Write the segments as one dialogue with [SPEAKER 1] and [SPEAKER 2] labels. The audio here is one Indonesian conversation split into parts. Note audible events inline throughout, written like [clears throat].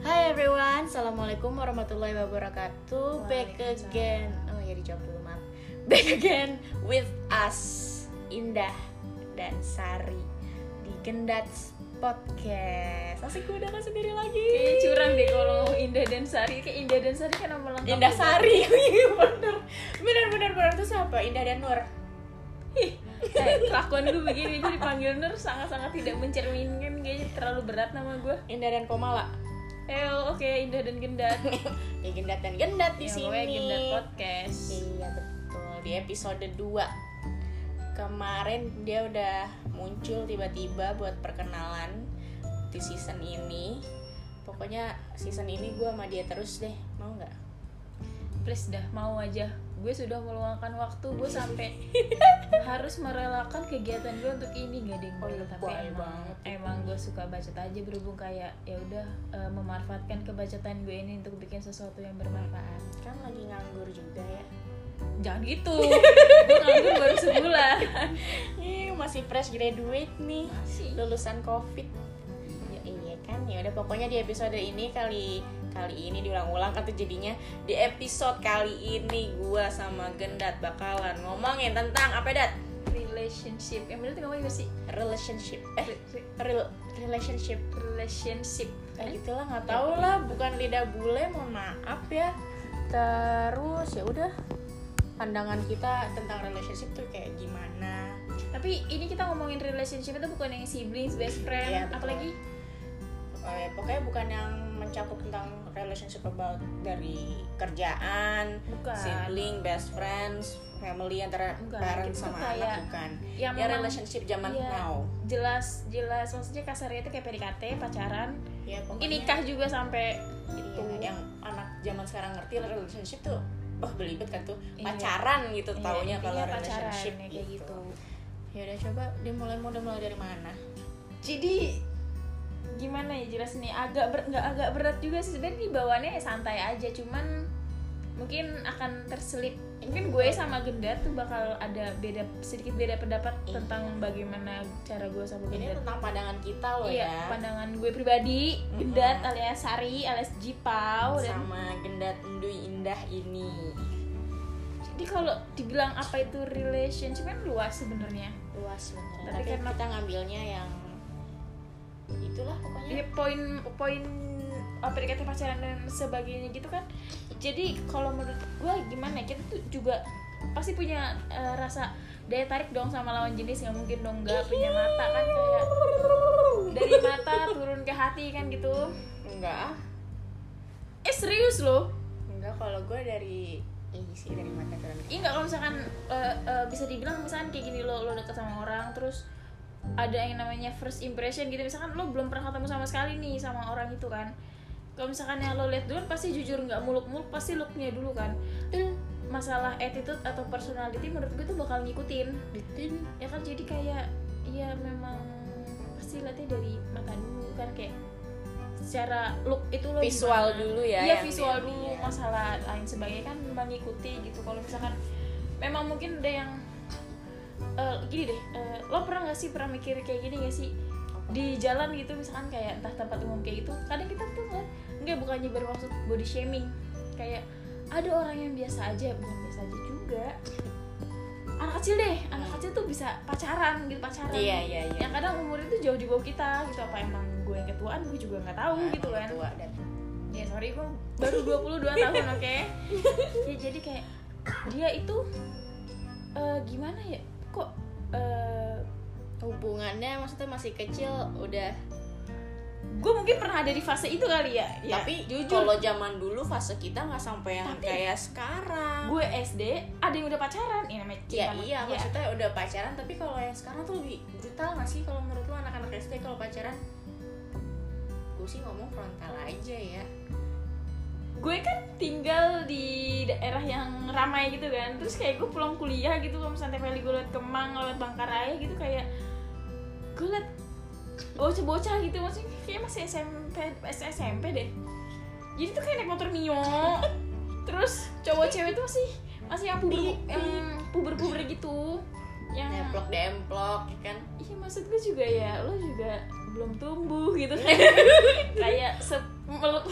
[SPEAKER 1] everyone, assalamualaikum warahmatullahi wabarakatuh. Back again, oh ya dijawab dulu maaf. [laughs] Back again with us Indah dan Sari di Gendats Podcast. Asik gue udah gak sendiri lagi.
[SPEAKER 2] Kayaknya curang deh kalau ngomong Indah dan Sari Kayak Indah dan Sari kan nama lengkap
[SPEAKER 1] Indah Sari, [laughs] Iya, bener, bener, bener, bener itu siapa? Indah dan Nur.
[SPEAKER 2] Kayak Kelakuan gue begini jadi panggil Nur sangat-sangat tidak mencerminkan Kayaknya terlalu berat nama gue
[SPEAKER 1] Indah dan Komala.
[SPEAKER 2] Eh oke Indah dan Gendat
[SPEAKER 1] Ya Gendat dan Gendat di
[SPEAKER 2] Ya,
[SPEAKER 1] sini.
[SPEAKER 2] pokoknya Gendat Podcast
[SPEAKER 1] Iya betul di episode 2 Kemarin dia udah muncul tiba-tiba buat perkenalan di season ini Pokoknya season ini gue sama dia terus deh, mau nggak?
[SPEAKER 2] Please dah mau aja Gue sudah meluangkan waktu gue sampai harus merelakan kegiatan gue untuk ini gak deng
[SPEAKER 1] Oh, lebay
[SPEAKER 2] tapi emang
[SPEAKER 1] banget.
[SPEAKER 2] emang gue suka bacot aja berhubung kayak ya udah eh, memanfaatkan kebacotan gue ini untuk bikin sesuatu yang bermanfaat
[SPEAKER 1] Kan lagi nganggur juga ya
[SPEAKER 2] Jangan
[SPEAKER 1] [laughs]
[SPEAKER 2] gitu. Gue nganggur baru sebulan.
[SPEAKER 1] Ih, masih fresh graduate nih lulusan covid ya, iya kan ya udah pokoknya di episode ini kali kali ini diulang-ulang kan tuh jadinya di episode kali ini gua sama Gendat bakalan ngomongin tentang apa dat
[SPEAKER 2] Relationship. Yang bener tuh ngomongnya apa sih?
[SPEAKER 1] relationship eh
[SPEAKER 2] Re- re-
[SPEAKER 1] real relationship
[SPEAKER 2] Relationship.
[SPEAKER 1] kayak gitulah nggak tahu lah bukan lidah bule mohon maaf ya terus ya udah pandangan kita tentang relationship tuh kayak gimana
[SPEAKER 2] Tapi ini kita ngomongin relationship itu bukan yang siblings, best friend,
[SPEAKER 1] Iya, betul.
[SPEAKER 2] apalagi
[SPEAKER 1] Eh, pokoknya bukan yang mencakup tentang relationship about dari kerjaan
[SPEAKER 2] bukan
[SPEAKER 1] sibling, best friends, family antara
[SPEAKER 2] Enggak,
[SPEAKER 1] parent
[SPEAKER 2] gitu
[SPEAKER 1] sama
[SPEAKER 2] kayak
[SPEAKER 1] anak bukan.
[SPEAKER 2] yang
[SPEAKER 1] Ya
[SPEAKER 2] memang
[SPEAKER 1] relationship zaman
[SPEAKER 2] iya.
[SPEAKER 1] now.
[SPEAKER 2] jelas jelas maksudnya kasarnya itu kayak PDKT, pacaran,
[SPEAKER 1] Ya pokoknya-
[SPEAKER 2] mungkin nikah juga sampai
[SPEAKER 1] Iya,
[SPEAKER 2] gitu.
[SPEAKER 1] yang anak zaman sekarang ngerti lah relationship tuh Wah belibet kan tuh
[SPEAKER 2] Iya.
[SPEAKER 1] pacaran gitu
[SPEAKER 2] Iya,
[SPEAKER 1] taunya
[SPEAKER 2] intinya
[SPEAKER 1] kalau
[SPEAKER 2] pacaran,
[SPEAKER 1] relationship
[SPEAKER 2] ya, kayak gitu.
[SPEAKER 1] Ya udah coba dimulai mau udah mulai dari mana?
[SPEAKER 2] Jadi gimana ya jelas nih agak ber, nggak agak berat juga sih sebenarnya dibawaannya ya santai aja cuman mungkin akan terselip mungkin gue sama Gendat tuh bakal ada beda sedikit beda pendapat
[SPEAKER 1] Iya.
[SPEAKER 2] tentang bagaimana cara gue
[SPEAKER 1] Ini
[SPEAKER 2] sama Gendat
[SPEAKER 1] tentang pandangan kita loh
[SPEAKER 2] iya
[SPEAKER 1] ya.
[SPEAKER 2] pandangan gue pribadi Gendat
[SPEAKER 1] Mm-mm.
[SPEAKER 2] alias Sari alias Jipau dan
[SPEAKER 1] sama gendat Ndui Indah ini.
[SPEAKER 2] jadi kalau dibilang apa itu relationship kan luas sebenarnya
[SPEAKER 1] Luas sebenarnya.
[SPEAKER 2] Tapi
[SPEAKER 1] Tapi, kan
[SPEAKER 2] karena-
[SPEAKER 1] kita ngambilnya yang itulah pokoknya.
[SPEAKER 2] Iya poin poin apa PDKT pacaran dan sebagainya gitu kan. Jadi kalau menurut gue gimana ya, kita tuh juga pasti punya eh, rasa daya tarik dong sama lawan jenis nggak mungkin dong nggak punya mata kan kayak dari mata turun ke hati kan gitu.
[SPEAKER 1] Enggak ah.
[SPEAKER 2] Eh serius loh?
[SPEAKER 1] Enggak, kalau gue dari ini sih dari mata turun.
[SPEAKER 2] Iya nggak kalau misalkan eh, eh, bisa dibilang misalkan kayak gini lo lo deket sama orang terus ada yang namanya first impression gitu misalkan lo belum pernah ketemu sama sekali nih sama orang itu kan kalau misalkan yang lo lihat duluan pasti jujur nggak muluk-muluk pasti looknya dulu kan Dan masalah attitude atau personality menurut gue tuh bakal ngikutin
[SPEAKER 1] Betul.
[SPEAKER 2] ya kan jadi kayak ya memang pasti lihatnya dari mata dulu kan kayak secara look itu lo
[SPEAKER 1] Visual
[SPEAKER 2] gimana.
[SPEAKER 1] dulu ya.
[SPEAKER 2] Iya
[SPEAKER 1] yang
[SPEAKER 2] visual
[SPEAKER 1] dia
[SPEAKER 2] dulu
[SPEAKER 1] lihat.
[SPEAKER 2] masalah lain sebagainya kan mengikuti gitu kalau misalkan memang mungkin ada yang eh, gini deh eh, lo pernah nggak sih pernah mikir kayak gini gak sih di jalan gitu misalkan kayak entah tempat umum kayak gitu kadang kita tuh ngeliat nggak bukannya bermaksud body shaming kayak ada orang yang biasa aja bukan biasa aja juga anak kecil deh anak kecil tuh bisa pacaran gitu pacaran
[SPEAKER 1] Iya iya iya.
[SPEAKER 2] yang kadang umurnya tuh jauh di bawah kita gitu apa emang gue yang ketuaan gue juga nggak tahu
[SPEAKER 1] Nah,
[SPEAKER 2] gitu
[SPEAKER 1] orang
[SPEAKER 2] kan
[SPEAKER 1] Tua dan
[SPEAKER 2] ya sorry gue baru 22 tahun oke
[SPEAKER 1] [laughs]
[SPEAKER 2] ya jadi kayak dia itu eh, gimana ya kok eh,
[SPEAKER 1] hubungannya maksudnya masih kecil udah.
[SPEAKER 2] gue mungkin pernah ada di fase itu kali ya, ya
[SPEAKER 1] Tapi
[SPEAKER 2] jujur
[SPEAKER 1] kalau zaman dulu fase kita nggak sampai yang
[SPEAKER 2] Tapi-
[SPEAKER 1] kayak sekarang.
[SPEAKER 2] gue SD ada yang udah pacaran ya namanya
[SPEAKER 1] Ya
[SPEAKER 2] cinta-
[SPEAKER 1] iya, maksudnya udah pacaran tapi kalau yang sekarang tuh lebih brutal nggak sih kalau menurut lu anak-anak SD kalau pacaran? Gue sih ngomong frontal aja
[SPEAKER 2] Iya.
[SPEAKER 1] ya.
[SPEAKER 2] gue kan tinggal di daerah yang ramai gitu kan terus kayak gue pulang kuliah gitu kalau misalnya tiap kali gue liat Kemang lewat Bangkaraya gitu kayak gue liat bocah-bocah gitu maksudnya kayak masih SMP masih SMP deh jadi tuh kayak naik
[SPEAKER 1] [laughs]
[SPEAKER 2] motor mio
[SPEAKER 1] Iya,
[SPEAKER 2] terus cowok cewek tuh masih masih yang puber
[SPEAKER 1] Di-
[SPEAKER 2] yang puber puber gitu yang
[SPEAKER 1] demplok demplok ya kan
[SPEAKER 2] iya maksud gue juga ya lo juga belum tumbuh
[SPEAKER 1] [laughs]
[SPEAKER 2] gitu kan kayak se meluk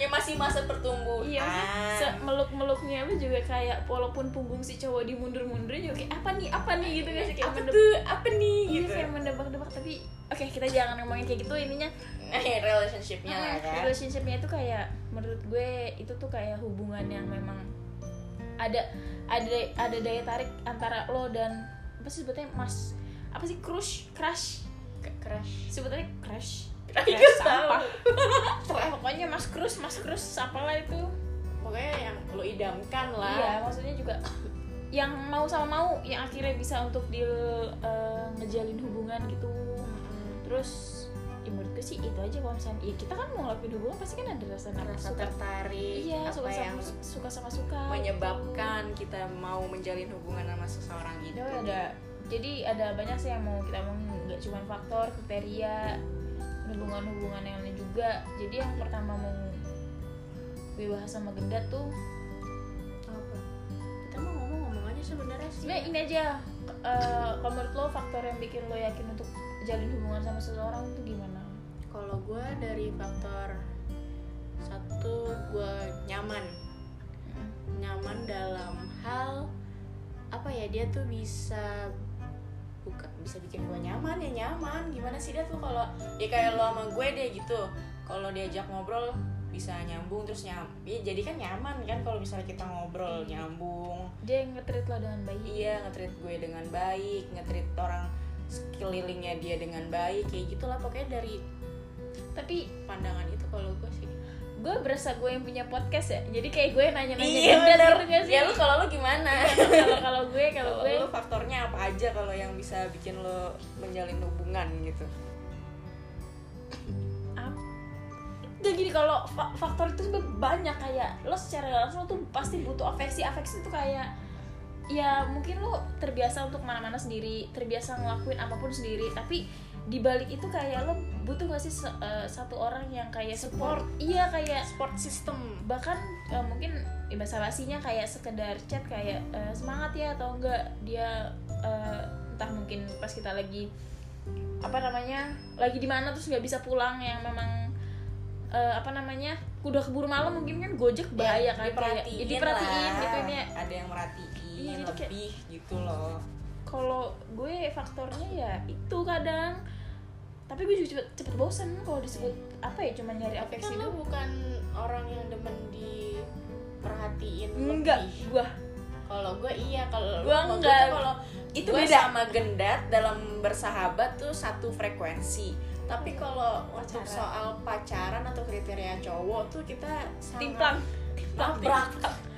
[SPEAKER 1] ya masih masa pertumbuhan
[SPEAKER 2] iya
[SPEAKER 1] Nah.
[SPEAKER 2] meluk meluknya lo juga kayak walaupun punggung si cowok dimundur mundurin juga kayak apa nih apa nih gitu gak sih kayak
[SPEAKER 1] apa
[SPEAKER 2] mendebak
[SPEAKER 1] tuh apa nih
[SPEAKER 2] iya
[SPEAKER 1] gitu
[SPEAKER 2] kayak mendebak-debak tapi oke kita jangan ngomongin kayak gitu ininya
[SPEAKER 1] nah, ya, relationshipnya lah
[SPEAKER 2] Hmm,
[SPEAKER 1] kan
[SPEAKER 2] relationshipnya itu kayak menurut gue itu tuh kayak hubungan yang memang ada ada ada daya tarik antara lo dan apa sih sebetulnya mas apa sih crush crush
[SPEAKER 1] K- crush
[SPEAKER 2] sebetulnya crush
[SPEAKER 1] Iya, tahu.
[SPEAKER 2] Crush sampah Pokoknya- [laughs] pokoknya mas crush mas crush apalah itu
[SPEAKER 1] pokoknya yang lo idamkan lah
[SPEAKER 2] iya maksudnya juga [coughs] yang mau sama mau yang akhirnya bisa untuk di eh, ngejalin hubungan gitu
[SPEAKER 1] Hmm.
[SPEAKER 2] terus ya menurut gue sih itu aja kalau misalnya ya kita kan mau ngelakuin hubungan pasti kan ada rasa
[SPEAKER 1] rasa
[SPEAKER 2] nafsu
[SPEAKER 1] tertarik
[SPEAKER 2] iya
[SPEAKER 1] apa
[SPEAKER 2] suka
[SPEAKER 1] yang
[SPEAKER 2] sama suka sama suka
[SPEAKER 1] menyebabkan kita mau menjalin hubungan sama seseorang itu
[SPEAKER 2] gitu. Itu ada jadi ada banyak sih yang mau kita omongin nggak cuma faktor kriteria hubungan-hubungan yang lain juga jadi yang pertama mau gue bahas sama Genda tuh
[SPEAKER 1] apa kita mau ngomong ngomong aja sebenarnya sih
[SPEAKER 2] sebenarnya ini aja k- eh, kalau menurut lo faktor yang bikin lo yakin untuk jalin hubungan sama seseorang tuh gimana
[SPEAKER 1] kalau gue dari faktor satu gue nyaman Hmm. nyaman dalam hal apa ya dia tuh bisa buka bisa bikin gue nyaman ya nyaman gimana sih dia tuh kalau ya kayak lo sama gue deh gitu kalau diajak ngobrol bisa nyambung terus nyam ya jadi kan nyaman kan kalau misalnya kita ngobrol nyambung
[SPEAKER 2] dia yang nge-treat lo dengan baik
[SPEAKER 1] iya ngetrit gue dengan baik ngetrit orang sekelilingnya dia dengan baik kayak gitulah pokoknya dari
[SPEAKER 2] tapi
[SPEAKER 1] pandangan itu kalau gue sih
[SPEAKER 2] gue berasa gue yang punya podcast ya jadi kayak gue nanya-nanya
[SPEAKER 1] iya bener Iya.
[SPEAKER 2] Genda gitu gak sih
[SPEAKER 1] ya lu kalau lu gimana
[SPEAKER 2] kalau kalau gue kalau
[SPEAKER 1] kalau
[SPEAKER 2] gue
[SPEAKER 1] lu faktornya apa aja kalau yang bisa bikin lo menjalin hubungan gitu
[SPEAKER 2] Gak gini kalau fa- faktor itu sebenarnya banyak kayak lo secara langsung tuh pasti butuh afeksi afeksi itu kayak ya mungkin lo terbiasa untuk mana-mana sendiri terbiasa ngelakuin apapun sendiri tapi dibalik itu kayak lo butuh gak sih se- eh, satu orang yang kayak support iya kayak
[SPEAKER 1] support system
[SPEAKER 2] bahkan eh, mungkin ya, bahasa basinya kayak sekedar chat kayak eh, semangat ya atau enggak dia eh, entah mungkin pas kita lagi apa namanya lagi di mana terus nggak bisa pulang yang memang eh, apa namanya udah keburu malam mungkin kan gojek bahaya kan kayak
[SPEAKER 1] Iya, diperhatiin,
[SPEAKER 2] ya, diperhatiin
[SPEAKER 1] lah.
[SPEAKER 2] gitu ini ya.
[SPEAKER 1] ada yang merhatiin
[SPEAKER 2] Iya, jadi kayak-
[SPEAKER 1] lebih gitu loh
[SPEAKER 2] kalau gue faktornya ya itu kadang tapi gue juga cepet, cepet bosen kalau disebut apa ya cuma nyari afeksi
[SPEAKER 1] kan lo
[SPEAKER 2] doang.
[SPEAKER 1] bukan orang yang demen diperhatiin
[SPEAKER 2] enggak
[SPEAKER 1] lebih.
[SPEAKER 2] gue
[SPEAKER 1] kalau gue iya kalau
[SPEAKER 2] Gua
[SPEAKER 1] kalau
[SPEAKER 2] enggak.
[SPEAKER 1] tuh kalau itu
[SPEAKER 2] Itu beda.
[SPEAKER 1] beda sama gendat dalam bersahabat tuh satu frekuensi tapi kalau untuk
[SPEAKER 2] Pacaran.
[SPEAKER 1] soal pacaran atau kriteria cowok tuh kita sangat
[SPEAKER 2] timplang timplang
[SPEAKER 1] nabrak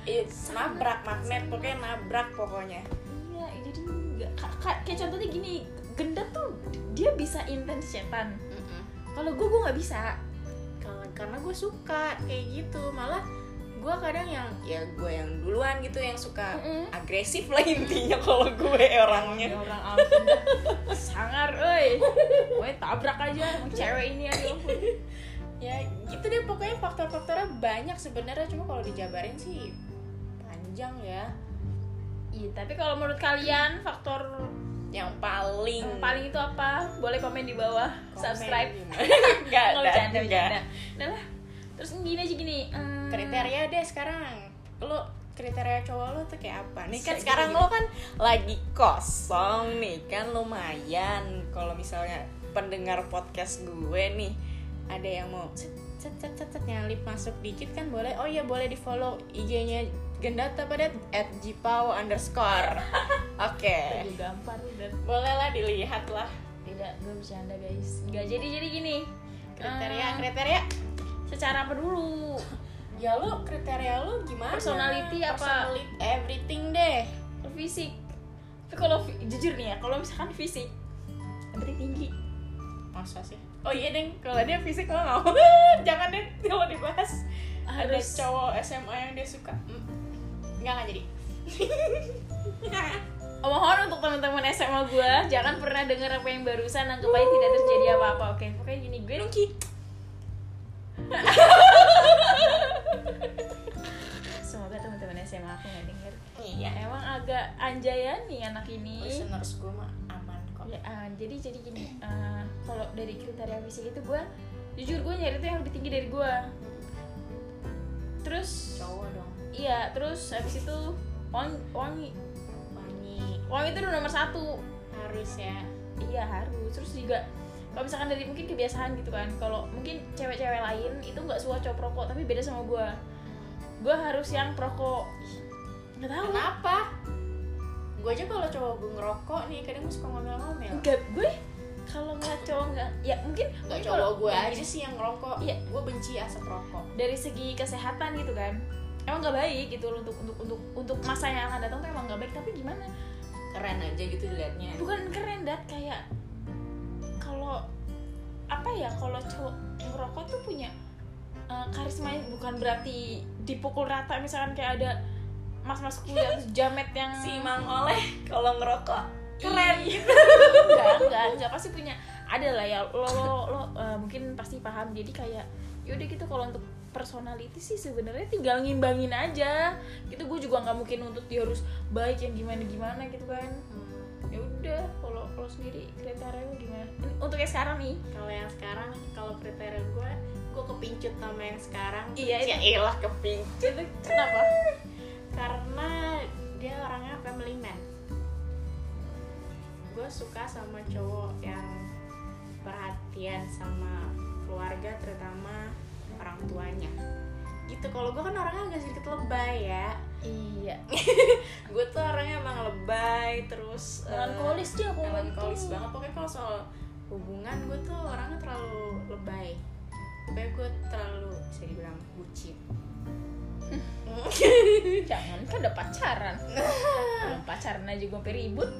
[SPEAKER 1] Iya, nabrak magnet pokoknya nabrak pokoknya
[SPEAKER 2] Iya, jadi nggak ka- ka- kayak contohnya gini, Genda tuh dia bisa intens chatan. Kalau gue gue nggak bisa.
[SPEAKER 1] Karena- karena gue suka kayak gitu malah gue kadang yang ya gue yang duluan gitu yang suka
[SPEAKER 2] Mm-mm.
[SPEAKER 1] agresif lah intinya kalau gue orangnya
[SPEAKER 2] Ya orang ampun. Sangar, oi. Gue tabrak aja sama cewek ini aja ampun.
[SPEAKER 1] ya gitu deh pokoknya faktor-faktornya banyak sebenarnya cuma kalau dijabarin sih panjang ya
[SPEAKER 2] Iya, tapi kalau menurut kalian faktor
[SPEAKER 1] yang paling
[SPEAKER 2] yang paling itu apa? Boleh komen di bawah,
[SPEAKER 1] Hmm. komen [laughs]
[SPEAKER 2] subscribe.
[SPEAKER 1] gimana? enggak
[SPEAKER 2] Nggak,
[SPEAKER 1] ada
[SPEAKER 2] bercanda,
[SPEAKER 1] enggak
[SPEAKER 2] bercanda. Udah lah. Terus gini aja gini. hmm,
[SPEAKER 1] kriteria deh sekarang lo kriteria cowok lo tuh kayak apa nih kan
[SPEAKER 2] Bisa
[SPEAKER 1] sekarang
[SPEAKER 2] gini.
[SPEAKER 1] lo kan lagi kosong nih kan lumayan kalau misalnya pendengar podcast gue nih ada yang mau cet cet cet cet, cet, nyalip masuk dikit kan boleh oh iya boleh di follow IG-nya Gendata pada at jipau
[SPEAKER 2] [laughs]
[SPEAKER 1] underscore oke
[SPEAKER 2] Aduh, gampar udah.
[SPEAKER 1] bolehlah dilihat lah
[SPEAKER 2] Tidak, gue bercanda guys. Nggak jadi jadi gini.
[SPEAKER 1] kriteria
[SPEAKER 2] Hmm,
[SPEAKER 1] kriteria
[SPEAKER 2] secara apa dulu?
[SPEAKER 1] ya lo kriteria lo gimana
[SPEAKER 2] Personality apa?
[SPEAKER 1] Personali- everything deh
[SPEAKER 2] Kalau fisik tapi kalau fi- jujur nih ya kalau misalkan fisik berarti tinggi
[SPEAKER 1] masa sih oh iya deng kalau dia fisik lo nggak mau [laughs] jangan deh kalau dibahas ada
[SPEAKER 2] harus
[SPEAKER 1] cowok SMA yang dia suka Mm. nggak nggak [laughs] jadi
[SPEAKER 2] mohon untuk teman-teman SMA gue jangan pernah dengar apa yang barusan anggap aja tidak terjadi apa-apa oke pokoknya gini gue
[SPEAKER 1] Nungki
[SPEAKER 2] semoga teman-teman SMA aku nggak denger
[SPEAKER 1] iya
[SPEAKER 2] emang agak anjayan nih anak ini
[SPEAKER 1] listeners gue mah aman kok
[SPEAKER 2] Ya, eh, jadi jadi gini eh, kalau dari kriteria fisik itu gue jujur gue nyari tuh yang lebih tinggi dari gue terus
[SPEAKER 1] cowok dong
[SPEAKER 2] iya terus habis itu wangi wangi
[SPEAKER 1] wangi
[SPEAKER 2] wangi itu udah nomor satu
[SPEAKER 1] harus ya
[SPEAKER 2] iya harus terus juga kalau misalkan dari mungkin kebiasaan gitu kan kalau mungkin cewek-cewek lain itu nggak suka cowok perokok tapi beda sama gue gue harus yang perokok nggak tahu
[SPEAKER 1] kenapa gue aja kalau cowok gue ngerokok nih kadang gue suka ngomel-ngomel
[SPEAKER 2] nggak gue kalau nggak cowok nggak ya mungkin
[SPEAKER 1] nggak
[SPEAKER 2] mungkin
[SPEAKER 1] cowok
[SPEAKER 2] kalau-
[SPEAKER 1] gue aja sih yang ngerokok
[SPEAKER 2] Iya.
[SPEAKER 1] gue benci asap rokok
[SPEAKER 2] dari segi kesehatan gitu kan emang nggak baik gitu loh untuk untuk untuk untuk masa yang akan datang tuh emang nggak baik tapi gimana
[SPEAKER 1] keren aja gitu dilihatnya
[SPEAKER 2] bukan keren dat kayak kalau apa ya kalau cowok yang ngerokok tuh punya eh, karismanya bukan berarti dipukul rata misalkan kayak ada mas-mas kuliah terus jamet yang
[SPEAKER 1] si mang oleh kalau ngerokok keren
[SPEAKER 2] Ih, [laughs] enggak enggak enggak pasti punya ada lah ya lo lo, lo, eh, mungkin pasti paham jadi kayak yaudah gitu kalau untuk personality sih sebenarnya tinggal ngimbangin aja gitu gue juga nggak mungkin untuk dia harus baik yang gimana gimana gitu kan
[SPEAKER 1] Hmm,
[SPEAKER 2] ya udah kalau lo sendiri kriteria lo gimana Ini untuk yang sekarang nih
[SPEAKER 1] kalau yang sekarang kalau kriteria gue gue kepincut sama yang sekarang
[SPEAKER 2] Iya,
[SPEAKER 1] ya elah kepincut
[SPEAKER 2] itu gitu. kenapa
[SPEAKER 1] karena dia orangnya family man gue suka sama cowok yang perhatian sama keluarga terutama orang tuanya gitu kalau gue kan orangnya agak sedikit lebay ya
[SPEAKER 2] iya
[SPEAKER 1] gue tuh orangnya emang lebay terus eh,
[SPEAKER 2] melankolis dia kalau
[SPEAKER 1] melankolis
[SPEAKER 2] gitu.
[SPEAKER 1] banget pokoknya kalau soal hubungan gue tuh orangnya terlalu lebay pokoknya gue terlalu bisa dibilang bucin
[SPEAKER 2] jangan kan udah
[SPEAKER 1] [laughs]
[SPEAKER 2] pacaran belum pacaran aja gue sampai ribut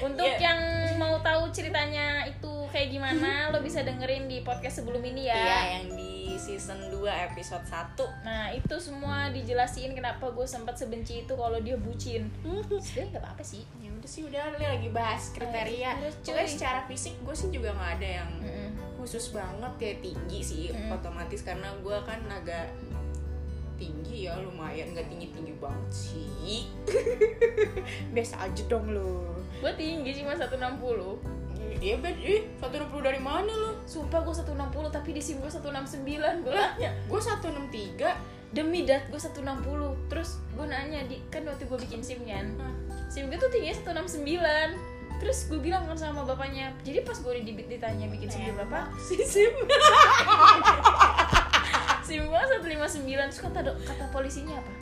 [SPEAKER 2] Untuk
[SPEAKER 1] Iya.
[SPEAKER 2] yang mau tahu ceritanya itu kayak [laughs] gimana, lo bisa dengerin di podcast sebelum ini ya.
[SPEAKER 1] iya yang di season 2 episode 1
[SPEAKER 2] Nah, itu semua dijelasin kenapa gue sempat sebenci itu kalau dia bucin. Sebenernya nggak apa-apa sih.
[SPEAKER 1] ya udah sih udah Li lagi bahas kriteria
[SPEAKER 2] terus, cuy. Mhm.
[SPEAKER 1] pokoknya secara fisik gue sih juga nggak ada yang
[SPEAKER 2] Mm-mm.
[SPEAKER 1] khusus banget ya tinggi sih
[SPEAKER 2] Mm.
[SPEAKER 1] otomatis karena gue kan agak tinggi ya lumayan nggak tinggi tinggi banget sih [laughs] biasa aja dong lo
[SPEAKER 2] Gue tinggi cuma 160.
[SPEAKER 1] dia Iya, bed ih satu dari mana lo
[SPEAKER 2] Sumpah gue 160 tapi di SIM gue 169. Gue nanya,
[SPEAKER 1] gue 163
[SPEAKER 2] demi dat gue 160. Terus gue nanya, di, kan waktu gue bikin SIM kan.
[SPEAKER 1] Hmm.
[SPEAKER 2] SIM gue tuh tingginya 169. Terus gue bilang kan sama bapaknya, jadi pas gue di- ditanya bikin SIM dia [laughs] berapa,
[SPEAKER 1] sisim
[SPEAKER 2] SIM gua 159 Terus kata, do- kata polisinya apa?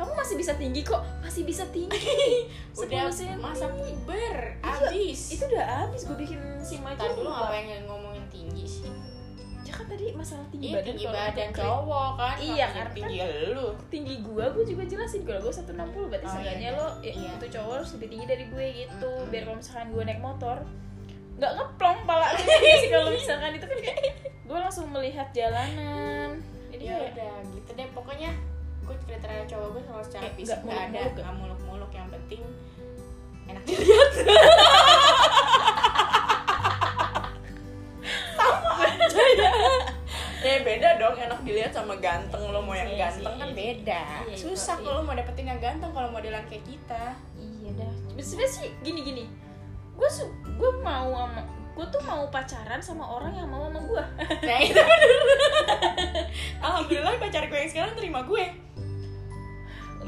[SPEAKER 2] Kamu masih bisa tinggi kok Masih bisa tinggi 10
[SPEAKER 1] [laughs] udah
[SPEAKER 2] cm.
[SPEAKER 1] masa puber abis
[SPEAKER 2] Itu udah habis gue bikin SIM aja
[SPEAKER 1] Ntar dulu
[SPEAKER 2] lupa.
[SPEAKER 1] ngapain yang ngomongin tinggi sih
[SPEAKER 2] Ya kan tadi masalah tinggi
[SPEAKER 1] Iya
[SPEAKER 2] badan
[SPEAKER 1] tinggi
[SPEAKER 2] kalau
[SPEAKER 1] badan
[SPEAKER 2] untuk klik.
[SPEAKER 1] cowok kan
[SPEAKER 2] Iya,
[SPEAKER 1] ngapain
[SPEAKER 2] karena
[SPEAKER 1] tinggi lu
[SPEAKER 2] Tinggi gue, gue juga jelasin Kalau gue 160 berarti
[SPEAKER 1] Oh,
[SPEAKER 2] seenggaknya
[SPEAKER 1] iya,
[SPEAKER 2] lo
[SPEAKER 1] iya.
[SPEAKER 2] ya,
[SPEAKER 1] Iya.
[SPEAKER 2] Itu cowok harus lebih tinggi dari gue gitu
[SPEAKER 1] Mm-mm.
[SPEAKER 2] Biar kalau misalkan gue naik motor Gak ngeplong pala Iya sih kalau misalkan itu kan kayak Gue langsung melihat jalanan Jadi
[SPEAKER 1] ya
[SPEAKER 2] kayak
[SPEAKER 1] udah gitu deh pokoknya gue kriteria cowok gue kalau secara
[SPEAKER 2] Eh,
[SPEAKER 1] fisik
[SPEAKER 2] nggak
[SPEAKER 1] nggak ada
[SPEAKER 2] muluk-muluk ya?
[SPEAKER 1] nggak muluk-muluk yang penting [laughs] enak dilihat sama aja ya ya beda dong enak dilihat sama ganteng lo mau yang
[SPEAKER 2] Iya sih,
[SPEAKER 1] ganteng kan
[SPEAKER 2] iya.
[SPEAKER 1] beda
[SPEAKER 2] Iya, itu
[SPEAKER 1] susah
[SPEAKER 2] sih.
[SPEAKER 1] kalau mau dapetin yang ganteng kalau modelan kayak [laughs] kita
[SPEAKER 2] Iya dah. Sebenarnya sih gini gini. Gue su gue mau sama gue tuh mau pacaran sama orang yang mau sama gue.
[SPEAKER 1] nah itu bener alhamdulillah pacar gue yang sekarang terima gue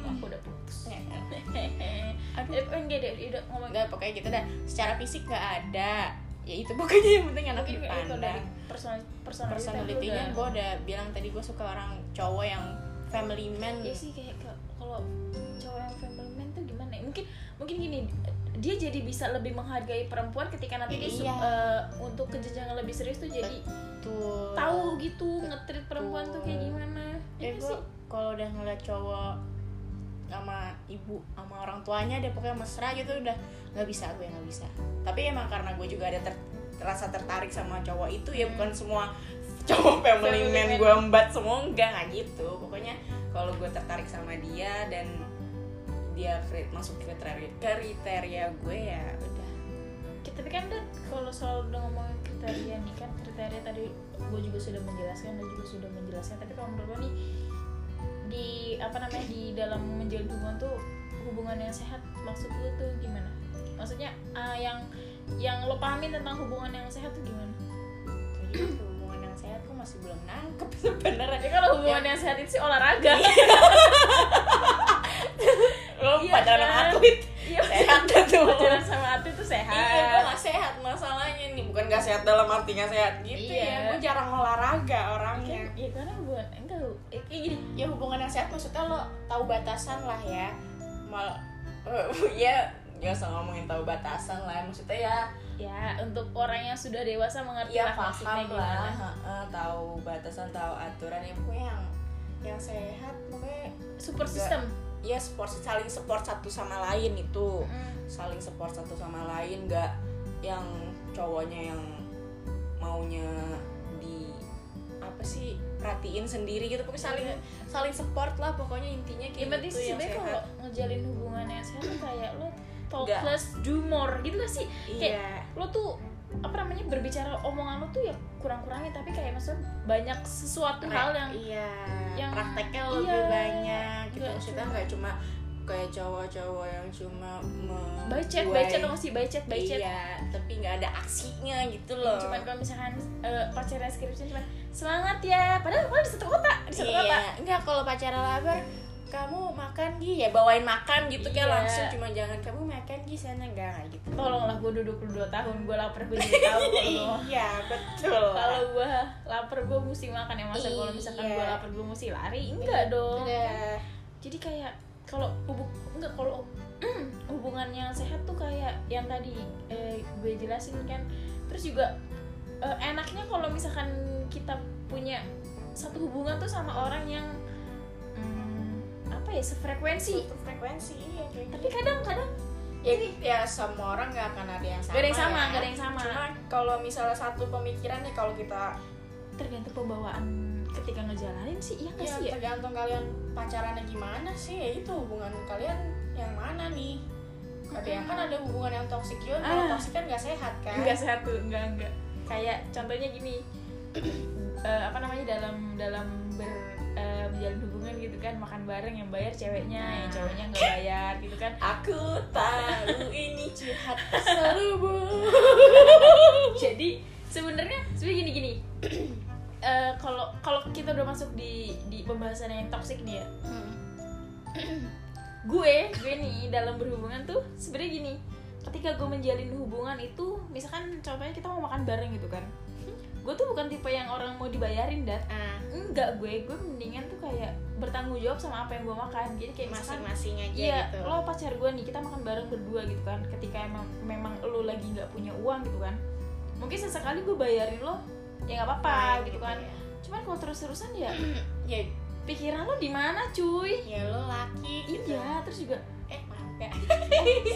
[SPEAKER 2] Aku udah putus.
[SPEAKER 1] Iya.
[SPEAKER 2] Aduh, enggak deh, udah ngomong
[SPEAKER 1] enggak pokoknya gitu dah secara fisik nggak ada ya itu [laughs] pokoknya yang penting enak
[SPEAKER 2] Mungkin kayak itu dari
[SPEAKER 1] dipandang
[SPEAKER 2] personal personality
[SPEAKER 1] personalitinya gue udah bilang tadi gue suka orang cowok yang family man
[SPEAKER 2] Iya sih kayak ke- kalau cowok yang family man tuh gimana? ya? Mungkin mungkin gini dia jadi bisa lebih menghargai perempuan ketika nanti dia su-
[SPEAKER 1] Iya.
[SPEAKER 2] eh, untuk ke jenjang yang lebih serius tuh jadi
[SPEAKER 1] tuh
[SPEAKER 2] tahu gitu ngetrit perempuan tuh kayak gimana.
[SPEAKER 1] ya
[SPEAKER 2] Iya
[SPEAKER 1] gue
[SPEAKER 2] sih.
[SPEAKER 1] kalau udah ngeliat cowok sama ibu sama orang tuanya dia pokoknya mesra gitu udah nggak bisa gue nggak bisa tapi emang karena gue juga ada ter- rasa tertarik sama cowok itu ya bukan semua [laughs] cowok family
[SPEAKER 2] Family
[SPEAKER 1] man
[SPEAKER 2] man.
[SPEAKER 1] gue embat semua enggak nggak gitu pokoknya kalau gue tertarik sama dia dan dia kri- masuk kriteria kriteria gue ya udah
[SPEAKER 2] Ki- tapi kan Dad, kalau soal udah ngomongin kriteria nih kan kriteria tadi gue juga sudah menjelaskan dan juga sudah menjelaskan tapi kalau menurut gue nih di apa namanya di dalam menjalin hubungan tuh hubungan yang sehat maksud lu tuh gimana maksudnya ah, yang yang lo pahami tentang hubungan yang sehat tuh gimana
[SPEAKER 1] Jadi itu hubungan yang sehat kok masih belum nangkep [laughs] sebenarnya
[SPEAKER 2] ya kalau hubungan yang sehat itu sih olahraga
[SPEAKER 1] Iya. lo
[SPEAKER 2] Iya,
[SPEAKER 1] pacaran sama
[SPEAKER 2] kan? [laughs]
[SPEAKER 1] atlet
[SPEAKER 2] [laughs] iya
[SPEAKER 1] sehat tuh
[SPEAKER 2] pacaran sama atlet tuh sehat
[SPEAKER 1] iya gue gak sehat masalahnya nih bukan gak sehat dalam arti gak sehat gitu
[SPEAKER 2] Iya.
[SPEAKER 1] ya gue jarang olahraga orangnya
[SPEAKER 2] Mungkin- ya karena hubungan enggak lu eh, kayak gini
[SPEAKER 1] ya hubungan yang sehat maksudnya lo tahu batasan lah ya [laughs] mal eh, ya nggak usah ngomongin tahu batasan lah maksudnya ya
[SPEAKER 2] ya untuk orang yang sudah dewasa mengerti
[SPEAKER 1] ya
[SPEAKER 2] lah maksudnya
[SPEAKER 1] paham
[SPEAKER 2] gimana
[SPEAKER 1] lah heeh, tahu batasan tahu aturan yang pokoknya yang yang sehat pokoknya
[SPEAKER 2] super
[SPEAKER 1] Enggak.
[SPEAKER 2] system
[SPEAKER 1] ya support saling support satu sama lain itu
[SPEAKER 2] Mm.
[SPEAKER 1] saling support satu sama lain nggak yang cowoknya yang maunya di apa sih perhatiin sendiri gitu pokoknya saling saling support lah pokoknya intinya
[SPEAKER 2] Iya. Ya,
[SPEAKER 1] kayak
[SPEAKER 2] berarti
[SPEAKER 1] gitu
[SPEAKER 2] sih
[SPEAKER 1] yang
[SPEAKER 2] sebenarnya kalau
[SPEAKER 1] sehat
[SPEAKER 2] ngejalin hubungan yang sehat tuh kayak lo talk
[SPEAKER 1] Enggak.
[SPEAKER 2] less, do more gitu gak sih? kayak-
[SPEAKER 1] iya
[SPEAKER 2] Lo tuh apa namanya berbicara omongan lo tuh ya kurang-kurangin tapi kayak maksudnya banyak sesuatu hal yang
[SPEAKER 1] iya
[SPEAKER 2] yang-
[SPEAKER 1] prakteknya
[SPEAKER 2] iya,
[SPEAKER 1] lebih banyak gitu
[SPEAKER 2] nggak
[SPEAKER 1] maksudnya
[SPEAKER 2] cuma-
[SPEAKER 1] nggak cuma kayak cowok-cowok yang cuma me-
[SPEAKER 2] bacet,
[SPEAKER 1] buai-
[SPEAKER 2] bacet atau sih bacet, bacet.
[SPEAKER 1] iya tapi nggak ada aksinya gitu loh
[SPEAKER 2] Cuman kalau misalkan eh, pacarnya skripsi cuman semangat ya, padahal padahal di satu kota, di satu kota.
[SPEAKER 1] Iya, enggak kalau pacaran labar kamu makan gi ya bawain makan gitu kayak
[SPEAKER 2] Iya.
[SPEAKER 1] langsung cuma jangan kamu makan gi sana enggak enggak gitu.
[SPEAKER 2] Tolonglah gue duduk 22 tahun, gue lapar gue jadi tahu kalau
[SPEAKER 1] [laughs] Iya, betul.
[SPEAKER 2] kalau gue lapar gue mesti makan ya masa kalau misalkan
[SPEAKER 1] Iya.
[SPEAKER 2] gue lapar gue mesti lari enggak dong
[SPEAKER 1] Udah.
[SPEAKER 2] jadi kayak kalau hubung enggak kalau hubungan yang sehat tuh kayak yang tadi eh, gue jelasin kan terus juga eh, enaknya kalau misalkan kita punya satu hubungan tuh sama orang yang mm, apa ya sefrekuensi
[SPEAKER 1] Satu frekuensi iya kayak
[SPEAKER 2] tapi
[SPEAKER 1] gitu.
[SPEAKER 2] kadang-kadang
[SPEAKER 1] Ya, ya semua orang nggak akan ada yang sama.
[SPEAKER 2] gak ada yang sama
[SPEAKER 1] ya.
[SPEAKER 2] gak ada yang sama
[SPEAKER 1] Cuma kalau misalnya satu pemikiran nih kalau kita
[SPEAKER 2] tergantung pembawaan ketika ngejalanin sih iya gak
[SPEAKER 1] ya
[SPEAKER 2] sih ya
[SPEAKER 1] tergantung kalian pacarannya gimana sih ya itu hubungan kalian yang mana nih. Ada yang kan ada hubungan yang toksik yun, kalau
[SPEAKER 2] Iya. Ah.
[SPEAKER 1] toksik kan nggak sehat kan?
[SPEAKER 2] enggak sehat tuh enggak enggak kayak contohnya gini eh, apa namanya dalam dalam ber eh, menjalin hubungan gitu kan makan bareng yang bayar ceweknya yang cowoknya nggak bayar gitu kan
[SPEAKER 1] Aku tahu ini curhat seribu.
[SPEAKER 2] jadi sebenarnya sebenarnya gini gini Eh, kalau kalau kita udah masuk di di pembahasan yang toksik nih ya
[SPEAKER 1] Hmm.
[SPEAKER 2] gue gue nih dalam berhubungan tuh sebenarnya gini ketika gue menjalin hubungan itu misalkan contohnya kita mau makan bareng gitu kan gue tuh bukan tipe yang orang mau dibayarin dat
[SPEAKER 1] Ah,
[SPEAKER 2] enggak gue gue mendingan tuh kayak bertanggung jawab sama apa yang gue makan jadi kayak misalkan
[SPEAKER 1] masing-masing aja
[SPEAKER 2] iya
[SPEAKER 1] gitu.
[SPEAKER 2] lo pacar gue nih kita makan bareng berdua gitu kan ketika emang memang lo lagi nggak punya uang gitu kan mungkin sesekali gue bayarin lo ya nggak apa-apa
[SPEAKER 1] Nah,
[SPEAKER 2] gitu kan cuman kalau terus-terusan ya
[SPEAKER 1] Ya,
[SPEAKER 2] pikiran lo di mana cuy
[SPEAKER 1] ya, ya lo laki gitu.
[SPEAKER 2] iya terus juga
[SPEAKER 1] Eh, maaf ya.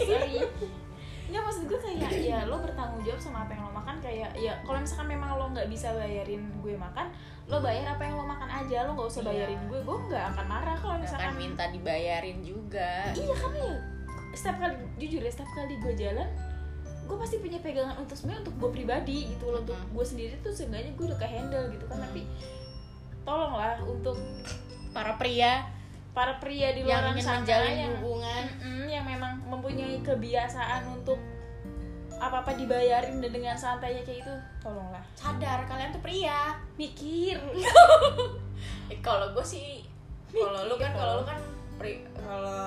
[SPEAKER 2] sorry nggak maksud gue kayak ya lo bertanggung jawab sama apa yang lo makan kayak ya kalau misalkan memang lo nggak bisa bayarin gue makan lo bayar apa yang lo makan aja lo nggak usah
[SPEAKER 1] Iya.
[SPEAKER 2] bayarin gue gue nggak akan marah kalau misalkan
[SPEAKER 1] minta dibayarin juga.
[SPEAKER 2] iya karena ya setiap kali jujur ya setiap kali gue jalan gue pasti punya pegangan untuk sebenarnya untuk gue pribadi gitu loh untuk
[SPEAKER 1] Hmm.
[SPEAKER 2] gue sendiri tuh seenggaknya gue udah kehandle gitu kan
[SPEAKER 1] Hmm.
[SPEAKER 2] tapi tolonglah untuk
[SPEAKER 1] Para pria
[SPEAKER 2] para pria di
[SPEAKER 1] yang
[SPEAKER 2] luar
[SPEAKER 1] ingin
[SPEAKER 2] sana
[SPEAKER 1] menjalin
[SPEAKER 2] yang
[SPEAKER 1] hubungan
[SPEAKER 2] Mm-mm, yang memang mempunyai kebiasaan untuk apa apa dibayarin dan dengan santainya kayak itu tolonglah
[SPEAKER 1] sadar kalian tuh pria.
[SPEAKER 2] mikir
[SPEAKER 1] Eh, kalau gue sih kalau lu kan
[SPEAKER 2] Mikir.
[SPEAKER 1] kalau lu kan pri- kalau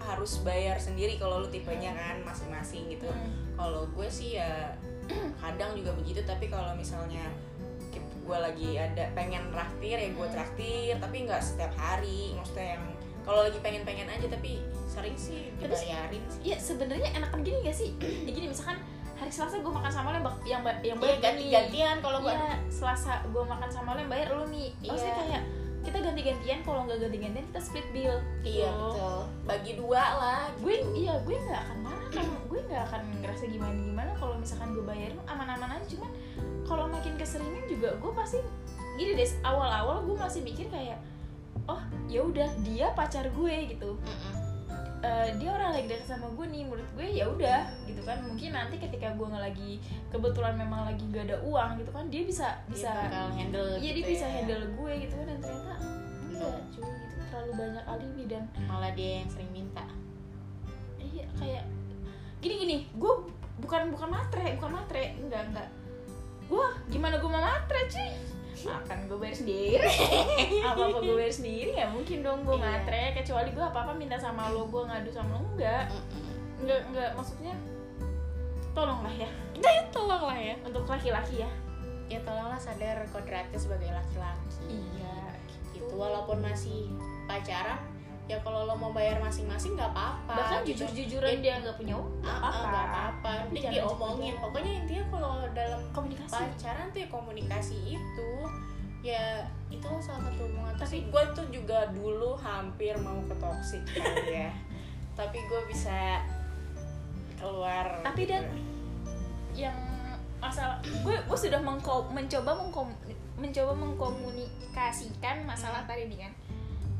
[SPEAKER 1] harus bayar sendiri kalau lu tipenya kan masing-masing gitu. kalau gue sih ya [clears throat] kadang juga begitu tapi kalau misalnya kit- gue lagi ada pengen traktir ya gue
[SPEAKER 2] Hmm.
[SPEAKER 1] traktir tapi nggak setiap hari maksudnya yang kalau lagi pengen-pengen aja tapi sering sih
[SPEAKER 2] Tapi sih-
[SPEAKER 1] dibayarin sih
[SPEAKER 2] ya sebenarnya enakan gini gak sih [clears throat] ya gini misalkan hari selasa gue makan sama lo yang bak- yang ba-
[SPEAKER 1] Iya
[SPEAKER 2] yang bayar gue nih.
[SPEAKER 1] ganti-gantian kalau gue
[SPEAKER 2] Iya, selasa gue makan sama lo yang bayar lo nih maksudnya
[SPEAKER 1] Iya.
[SPEAKER 2] kayak kita ganti-gantian kalau nggak ganti-gantian kita split bill
[SPEAKER 1] iya
[SPEAKER 2] Gitu.
[SPEAKER 1] betul bagi dua lah
[SPEAKER 2] gue
[SPEAKER 1] gitu.
[SPEAKER 2] iya gue nggak akan marah kalau [clears throat] gue nggak akan ngerasa gimana gimana kalau misalkan gue bayar aman-aman aja cuman kalau makin keseringan juga gue pasti gini deh awal-awal gue masih mikir kayak oh ya udah dia pacar gue gitu
[SPEAKER 1] Mm-mm.
[SPEAKER 2] Eh, dia orang lagi dekat sama gue nih menurut gue ya udah gitu kan mungkin nanti ketika gue nggak lagi kebetulan memang lagi gak ada uang gitu kan dia bisa
[SPEAKER 1] Dia
[SPEAKER 2] bisa
[SPEAKER 1] bakal handle
[SPEAKER 2] iya dia
[SPEAKER 1] gitu
[SPEAKER 2] bisa
[SPEAKER 1] ya. Iya.
[SPEAKER 2] handle gue gitu kan dan ternyata enggak cuy itu terlalu banyak alibi dan
[SPEAKER 1] malah dia yang sering minta
[SPEAKER 2] iya kayak gini gini gue bukan bukan matre bukan matre enggak enggak gue gimana gue mau matre cuy makan gue bayar sendiri [laughs] apa apa gue bayar sendiri ya mungkin dong gue
[SPEAKER 1] Iya.
[SPEAKER 2] matre kecuali gue apa apa minta sama lo gue ngadu sama lo enggak enggak enggak maksudnya tolonglah ya
[SPEAKER 1] tolonglah ya
[SPEAKER 2] untuk laki-laki ya
[SPEAKER 1] ya tolonglah sadar kodratnya sebagai
[SPEAKER 2] Iya.
[SPEAKER 1] laki-laki
[SPEAKER 2] gitu.
[SPEAKER 1] gitu walaupun masih pacaran ya kalau lo mau bayar masing-masing nggak apa-apa
[SPEAKER 2] bahkan
[SPEAKER 1] gitu. Ya,
[SPEAKER 2] jujur-jujuran dia nggak punya uang nggak
[SPEAKER 1] ah, ah,
[SPEAKER 2] apa-apa
[SPEAKER 1] nggak apa-apa
[SPEAKER 2] Tapi
[SPEAKER 1] penting
[SPEAKER 2] jangan
[SPEAKER 1] diomongin
[SPEAKER 2] sampai-
[SPEAKER 1] pokoknya intinya kalau dalam
[SPEAKER 2] komunikasi
[SPEAKER 1] pacaran tuh ya komunikasi itu ya itu loh salah satu hubungan tapi
[SPEAKER 2] Tapi-
[SPEAKER 1] gue tuh juga dulu hampir mau ke toxic kali ya [laughs] tapi gue bisa keluar
[SPEAKER 2] Tapi
[SPEAKER 1] gitu.
[SPEAKER 2] dan- yang masalah gue gue sudah mengko- mencoba mengkom- mencoba mengkomunikasikan masalah
[SPEAKER 1] Hmm.
[SPEAKER 2] tadi nih kan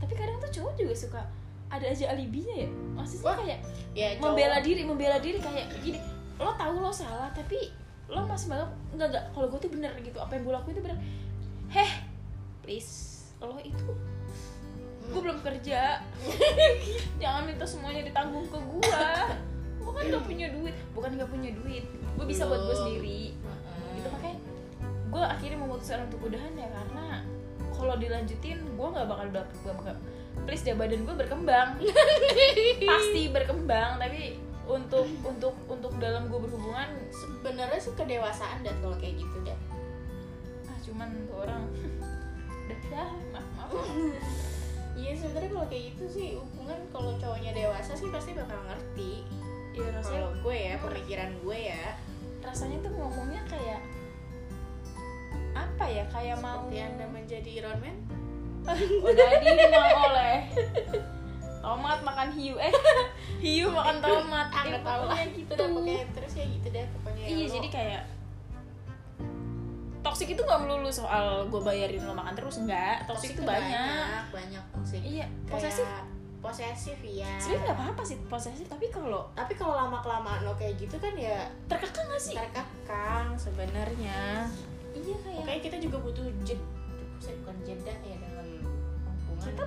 [SPEAKER 2] tapi kadang tuh cowok juga suka ada aja alibinya ya maksudnya
[SPEAKER 1] Wah,
[SPEAKER 2] kayak
[SPEAKER 1] ya cowok-
[SPEAKER 2] membela diri membela diri kayak gini lo tahu lo salah tapi lo
[SPEAKER 1] Hmm.
[SPEAKER 2] masih banget enggak enggak kalau gue tuh bener gitu apa yang gue lakuin itu bener heh please lo itu gue belum
[SPEAKER 1] [laughs]
[SPEAKER 2] kerja jangan minta semuanya ditanggung ke gue
[SPEAKER 1] [laughs]
[SPEAKER 2] gue kan gak punya duit bukan gak punya duit gue bisa buat gue
[SPEAKER 1] Belum.
[SPEAKER 2] sendiri
[SPEAKER 1] Mm-mm.
[SPEAKER 2] gitu makanya gue akhirnya memutuskan untuk udahan ya karena kalau dilanjutin gue nggak bakal udah gue bakal please deh badan gue
[SPEAKER 1] [laughs]
[SPEAKER 2] berkembang pasti berkembang tapi untuk untuk untuk dalam gue berhubungan
[SPEAKER 1] sebenarnya sih kedewasaan dan kalau kayak gitu deh
[SPEAKER 2] ah cuman tuh orang udah ya maaf maaf
[SPEAKER 1] Iya sebenarnya kalau kayak gitu sih hubungan kalau cowoknya dewasa sih pasti bakal ngerti.
[SPEAKER 2] ya rasanya
[SPEAKER 1] Kalau gue ya pemikiran gue ya
[SPEAKER 2] rasanya tuh ngomongnya kayak apa ya kayak mau
[SPEAKER 1] seperti
[SPEAKER 2] [laughs]
[SPEAKER 1] anda menjadi Iron Man.
[SPEAKER 2] udah di mau oleh tomat makan hiu eh [laughs] hiu makan tomat
[SPEAKER 1] Ah,
[SPEAKER 2] ya,
[SPEAKER 1] nggak tahu lah
[SPEAKER 2] pokoknya
[SPEAKER 1] gitu
[SPEAKER 2] gitu
[SPEAKER 1] dah pokoknya terus ya gitu deh pokoknya.
[SPEAKER 2] iya
[SPEAKER 1] lo-
[SPEAKER 2] jadi kayak toksik itu gak melulu soal gue bayarin lo makan terus enggak toksik
[SPEAKER 1] tuh
[SPEAKER 2] itu banyak
[SPEAKER 1] banyak banyak toksik.
[SPEAKER 2] iya
[SPEAKER 1] Kayak
[SPEAKER 2] posesif
[SPEAKER 1] Posesif ya.
[SPEAKER 2] sebenarnya nggak apa-apa sih posesif tapi kalau
[SPEAKER 1] Tapi kalau lama kelamaan lo kayak gitu kan ya
[SPEAKER 2] terkekang nggak sih
[SPEAKER 1] terkekang sebenarnya.
[SPEAKER 2] iya kayak
[SPEAKER 1] Makanya kita juga butuh jeda, Buset, bukan jeda ya dalam hubungan.
[SPEAKER 2] Kita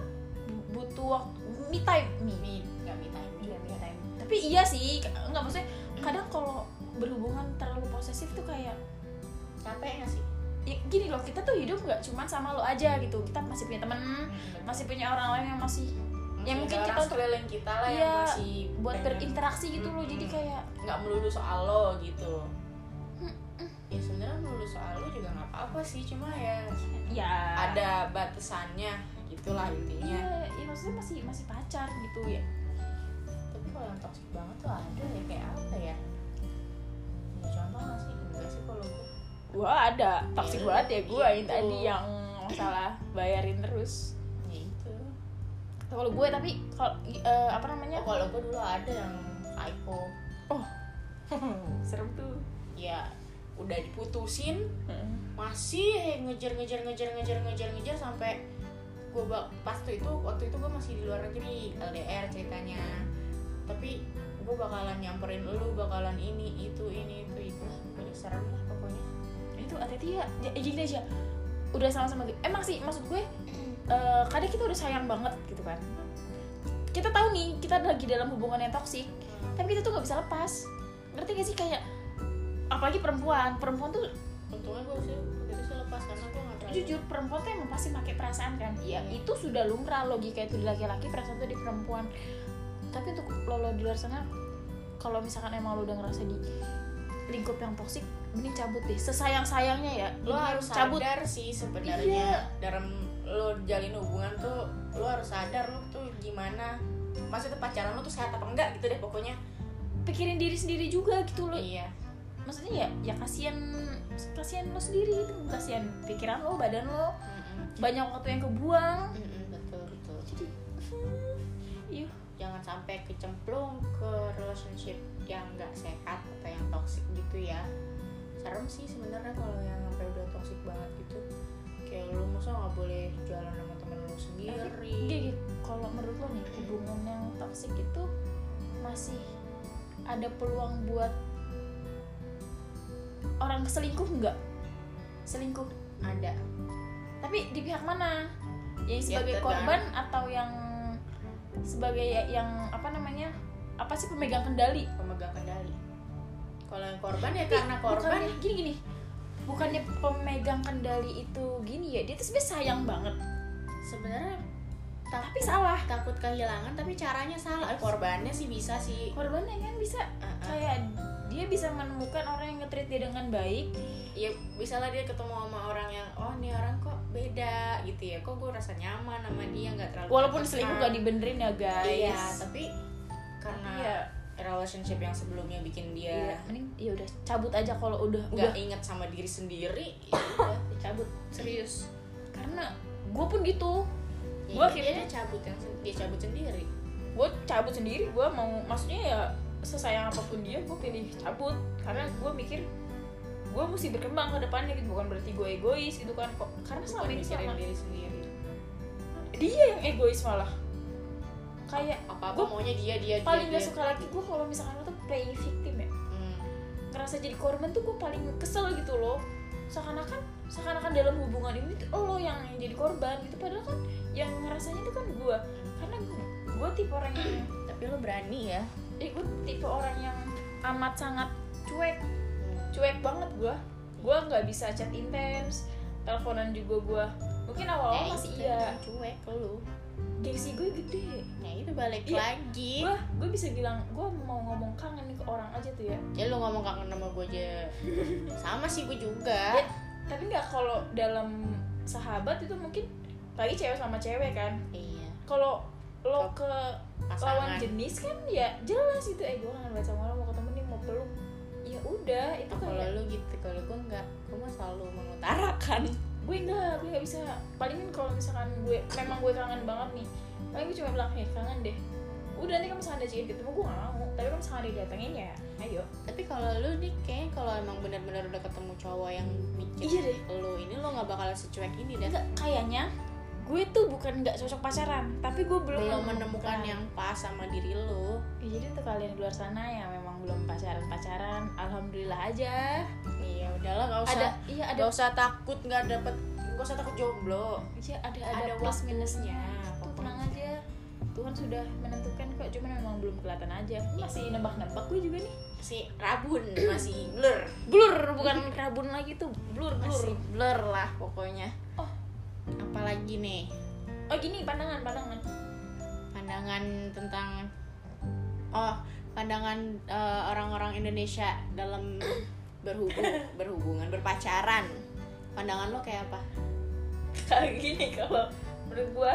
[SPEAKER 2] bu- butuh waktu me time me
[SPEAKER 1] Mi, nggak me time
[SPEAKER 2] Iya,
[SPEAKER 1] juga.
[SPEAKER 2] me time. tapi iya sih nggak maksudnya kadang kalau berhubungan terlalu posesif tuh kayak
[SPEAKER 1] Capek nggak sih?
[SPEAKER 2] ya gini loh kita tuh hidup nggak cuman sama lo aja gitu kita masih punya temen masih punya orang lain yang masih
[SPEAKER 1] ya mungkin kita
[SPEAKER 2] untuk-
[SPEAKER 1] sekeliling kita lah
[SPEAKER 2] Iya,
[SPEAKER 1] yang masih pengen-
[SPEAKER 2] buat
[SPEAKER 1] Hmm.
[SPEAKER 2] berinteraksi gitu loh jadi
[SPEAKER 1] Mm-mm.
[SPEAKER 2] kayak
[SPEAKER 1] nggak melulu soal lo gitu
[SPEAKER 2] Mm-mm.
[SPEAKER 1] ya sebenarnya melulu soal lo juga nggak apa-apa sih cuma ya
[SPEAKER 2] ya
[SPEAKER 1] ada batasannya gitulah
[SPEAKER 2] iya
[SPEAKER 1] intinya
[SPEAKER 2] iya maksudnya masih masih pacar gitu ya
[SPEAKER 1] tapi kalau yang toxic banget tuh ada ya kayak apa ya Ya, contoh nggak sih enggak sih kalau gue
[SPEAKER 2] gua ada
[SPEAKER 1] Toxic
[SPEAKER 2] toxic
[SPEAKER 1] banget ya
[SPEAKER 2] banget ya
[SPEAKER 1] gua
[SPEAKER 2] gua
[SPEAKER 1] yang
[SPEAKER 2] yang
[SPEAKER 1] tadi
[SPEAKER 2] tadi
[SPEAKER 1] yang
[SPEAKER 2] yang masalah bayarin terus
[SPEAKER 1] ya itu
[SPEAKER 2] kalau gue tapi kalau eh, apa namanya
[SPEAKER 1] oh, kalau gue dulu ada yang psycho
[SPEAKER 2] [laughs] serem tuh
[SPEAKER 1] ya udah diputusin
[SPEAKER 2] Hmm.
[SPEAKER 1] masih eh, ngejar ngejar ngejar ngejar ngejar ngejar sampai gue pas tuh itu waktu itu gue masih di luar negeri LDR ceritanya tapi gue bakalan nyamperin lu bakalan ini itu ini itu itu pokoknya serem lah pokoknya
[SPEAKER 2] itu hati-hati ya Ya, gini aja udah sama-sama gitu emang sih maksud gue eh, kadang kita udah sayang banget gitu kan kita tahu nih kita lagi dalam hubungan yang toksik tapi kita tuh nggak bisa lepas ngerti gak sih kayak apalagi perempuan perempuan tuh
[SPEAKER 1] untungnya gue sih waktu itu sih lepas karena gue nggak terlalu
[SPEAKER 2] jujur perempuan tuh emang pasti pakai perasaan kan ya
[SPEAKER 1] Iya.
[SPEAKER 2] itu sudah lumrah logika itu di laki-laki perasaan tuh di perempuan tapi untuk lo, lo di luar sana kalau misalkan emang lo udah ngerasa di lingkup yang toksik mending cabut deh sesayang sayangnya ya
[SPEAKER 1] lo harus
[SPEAKER 2] cabut
[SPEAKER 1] Iya, sadar sih sebenarnya
[SPEAKER 2] Iya.
[SPEAKER 1] dalam lo jalin hubungan tuh lo harus sadar lo tuh gimana maksudnya pacaran lo tuh sehat apa enggak gitu deh pokoknya
[SPEAKER 2] pikirin diri sendiri juga gitu lo
[SPEAKER 1] iya
[SPEAKER 2] maksudnya ya ya kasihan kasihan lo sendiri gitu kasihan pikiran lo badan lo
[SPEAKER 1] Mm-mm.
[SPEAKER 2] banyak waktu yang kebuang
[SPEAKER 1] Mm-mm, betul betul
[SPEAKER 2] jadi iya
[SPEAKER 1] jangan sampai kecemplung ke relationship yang nggak sehat atau yang toxic gitu ya serem sih sebenarnya kalau yang sampai udah toxic banget gitu kayak lu masa nggak boleh jalan sama temen lu
[SPEAKER 2] Iya,
[SPEAKER 1] sendiri
[SPEAKER 2] Gigi, kalau menurut lo nih hubungan yang toksik itu masih ada peluang buat orang selingkuh nggak? Selingkuh.
[SPEAKER 1] ada
[SPEAKER 2] Tapi di pihak mana?
[SPEAKER 1] Ya,
[SPEAKER 2] yang sebagai
[SPEAKER 1] tetangga.
[SPEAKER 2] korban atau yang sebagai ya, yang apa namanya apa sih pemegang kendali
[SPEAKER 1] pemegang kendali kalau yang korban ya
[SPEAKER 2] Tapi
[SPEAKER 1] karena korban
[SPEAKER 2] bukannya- gini gini bukannya pemegang kendali itu gini ya dia tuh sebenarnya sayang banget
[SPEAKER 1] sebenarnya
[SPEAKER 2] tapi salah
[SPEAKER 1] takut kehilangan tapi caranya salah Eh, korbannya sih bisa sih
[SPEAKER 2] korbannya kan bisa
[SPEAKER 1] Uh-uh.
[SPEAKER 2] kayak dia bisa menemukan orang yang nge-treat dia dengan baik
[SPEAKER 1] ya bisalah dia ketemu sama orang yang oh nih orang kok beda gitu ya kok gue rasa nyaman sama dia nggak terlalu
[SPEAKER 2] walaupun
[SPEAKER 1] tertekan.
[SPEAKER 2] selingkuh gak dibenerin ya
[SPEAKER 1] iya
[SPEAKER 2] guys
[SPEAKER 1] tapi karena
[SPEAKER 2] Iya.
[SPEAKER 1] relationship yang sebelumnya bikin
[SPEAKER 2] Iya,
[SPEAKER 1] dia
[SPEAKER 2] mending ya udah cabut aja kalau udah udah
[SPEAKER 1] nggak inget sama diri sendiri
[SPEAKER 2] [coughs]
[SPEAKER 1] ya udah dicabut serius
[SPEAKER 2] karena gue pun gitu
[SPEAKER 1] ya,
[SPEAKER 2] Gua
[SPEAKER 1] dia-
[SPEAKER 2] akhirnya-
[SPEAKER 1] dia cabut yang sen- dia cabut sendiri
[SPEAKER 2] gue cabut sendiri gue mau maksudnya ya sesayang apapun dia gue pilih cabut karena gue mikir gue mesti berkembang ke depannya gitu bukan berarti gue egois gitu kan kok karena
[SPEAKER 1] bukan
[SPEAKER 2] selama ini
[SPEAKER 1] mikirin
[SPEAKER 2] sama
[SPEAKER 1] diri sendiri
[SPEAKER 2] dia yang egois malah kayak
[SPEAKER 1] apa apa
[SPEAKER 2] Gua
[SPEAKER 1] maunya dia dia dia,
[SPEAKER 2] paling gak
[SPEAKER 1] dia.
[SPEAKER 2] suka lagi gue kalau misalkan lo tuh playing victim ya
[SPEAKER 1] Hmm.
[SPEAKER 2] ngerasa jadi korban tuh gue paling kesel gitu loh seakan-akan seakan-akan dalam hubungan ini tuh lo yang jadi korban gitu padahal kan yang ngerasanya itu kan gue karena gue tipe orang yang
[SPEAKER 1] tapi lo berani ya
[SPEAKER 2] eh gue tipe orang yang amat sangat cuek
[SPEAKER 1] Hmm.
[SPEAKER 2] cuek banget gue gue nggak bisa chat intens teleponan juga gue mungkin awal-awal masih
[SPEAKER 1] Eh, itu
[SPEAKER 2] iya
[SPEAKER 1] yang cuek lo
[SPEAKER 2] gengsi gue gede
[SPEAKER 1] nah itu balik
[SPEAKER 2] Iya.
[SPEAKER 1] lagi
[SPEAKER 2] gue gue bisa bilang gue mau ngomong kangen nih ke orang aja tuh ya
[SPEAKER 1] ya lo ngomong kangen sama gue aja sama sih gue juga
[SPEAKER 2] Ya. tapi nggak kalau dalam sahabat itu mungkin lagi cewek sama cewek kan
[SPEAKER 1] iya
[SPEAKER 2] kalau lo ke lawan
[SPEAKER 1] pasangan
[SPEAKER 2] jenis kan ya jelas itu eh gue kangen banget sama lo mau ketemu nih mau peluk ya udah itu ya?
[SPEAKER 1] Nah, kalau
[SPEAKER 2] kayak
[SPEAKER 1] lo gitu kalau gue enggak gue mah selalu mengutarakan
[SPEAKER 2] gue enggak gue nggak bisa palingan kalau misalkan gue memang gue kangen banget nih paling gue cuma bilang hey kangen deh udah nanti kamu misalkan diajakin ketemu gue nggak mau tapi kalau misalkan didatengin ya ayo
[SPEAKER 1] tapi kalau lu nih kayaknya kalau emang benar-benar udah ketemu cowok yang mikir
[SPEAKER 2] Iya deh.
[SPEAKER 1] lu ini lo nggak bakal secuek ini dan
[SPEAKER 2] enggak kayaknya gue tuh bukan nggak cocok pacaran tapi gue belum,
[SPEAKER 1] belum menemukan yang pas sama diri lu
[SPEAKER 2] Ya, jadi untuk kalian di luar sana yang memang belum pacaran pacaran alhamdulillah aja
[SPEAKER 1] iya udahlah nggak usah
[SPEAKER 2] ada iya ada
[SPEAKER 1] nggak usah takut nggak dapet nggak usah takut jomblo
[SPEAKER 2] iya, ada
[SPEAKER 1] ada
[SPEAKER 2] ada plus
[SPEAKER 1] waktu.
[SPEAKER 2] minusnya
[SPEAKER 1] Pokoknya.
[SPEAKER 2] tuh tenang aja Tuhan sudah menentukan kok cuman memang belum kelihatan aja masih nebak-nebak gue juga nih
[SPEAKER 1] si rabun masih
[SPEAKER 2] [clears throat]
[SPEAKER 1] blur
[SPEAKER 2] blur bukan rabun lagi tuh blur
[SPEAKER 1] masih
[SPEAKER 2] blur
[SPEAKER 1] blur lah pokoknya
[SPEAKER 2] Oh.
[SPEAKER 1] apalagi nih
[SPEAKER 2] oh gini pandangan pandangan [laughs]
[SPEAKER 1] pandangan tentang oh pandangan eh, orang-orang Indonesia
[SPEAKER 2] [coughs]
[SPEAKER 1] dalam berhubung berhubungan berpacaran pandangan lo kayak apa
[SPEAKER 2] kayak gini kalau menurut gue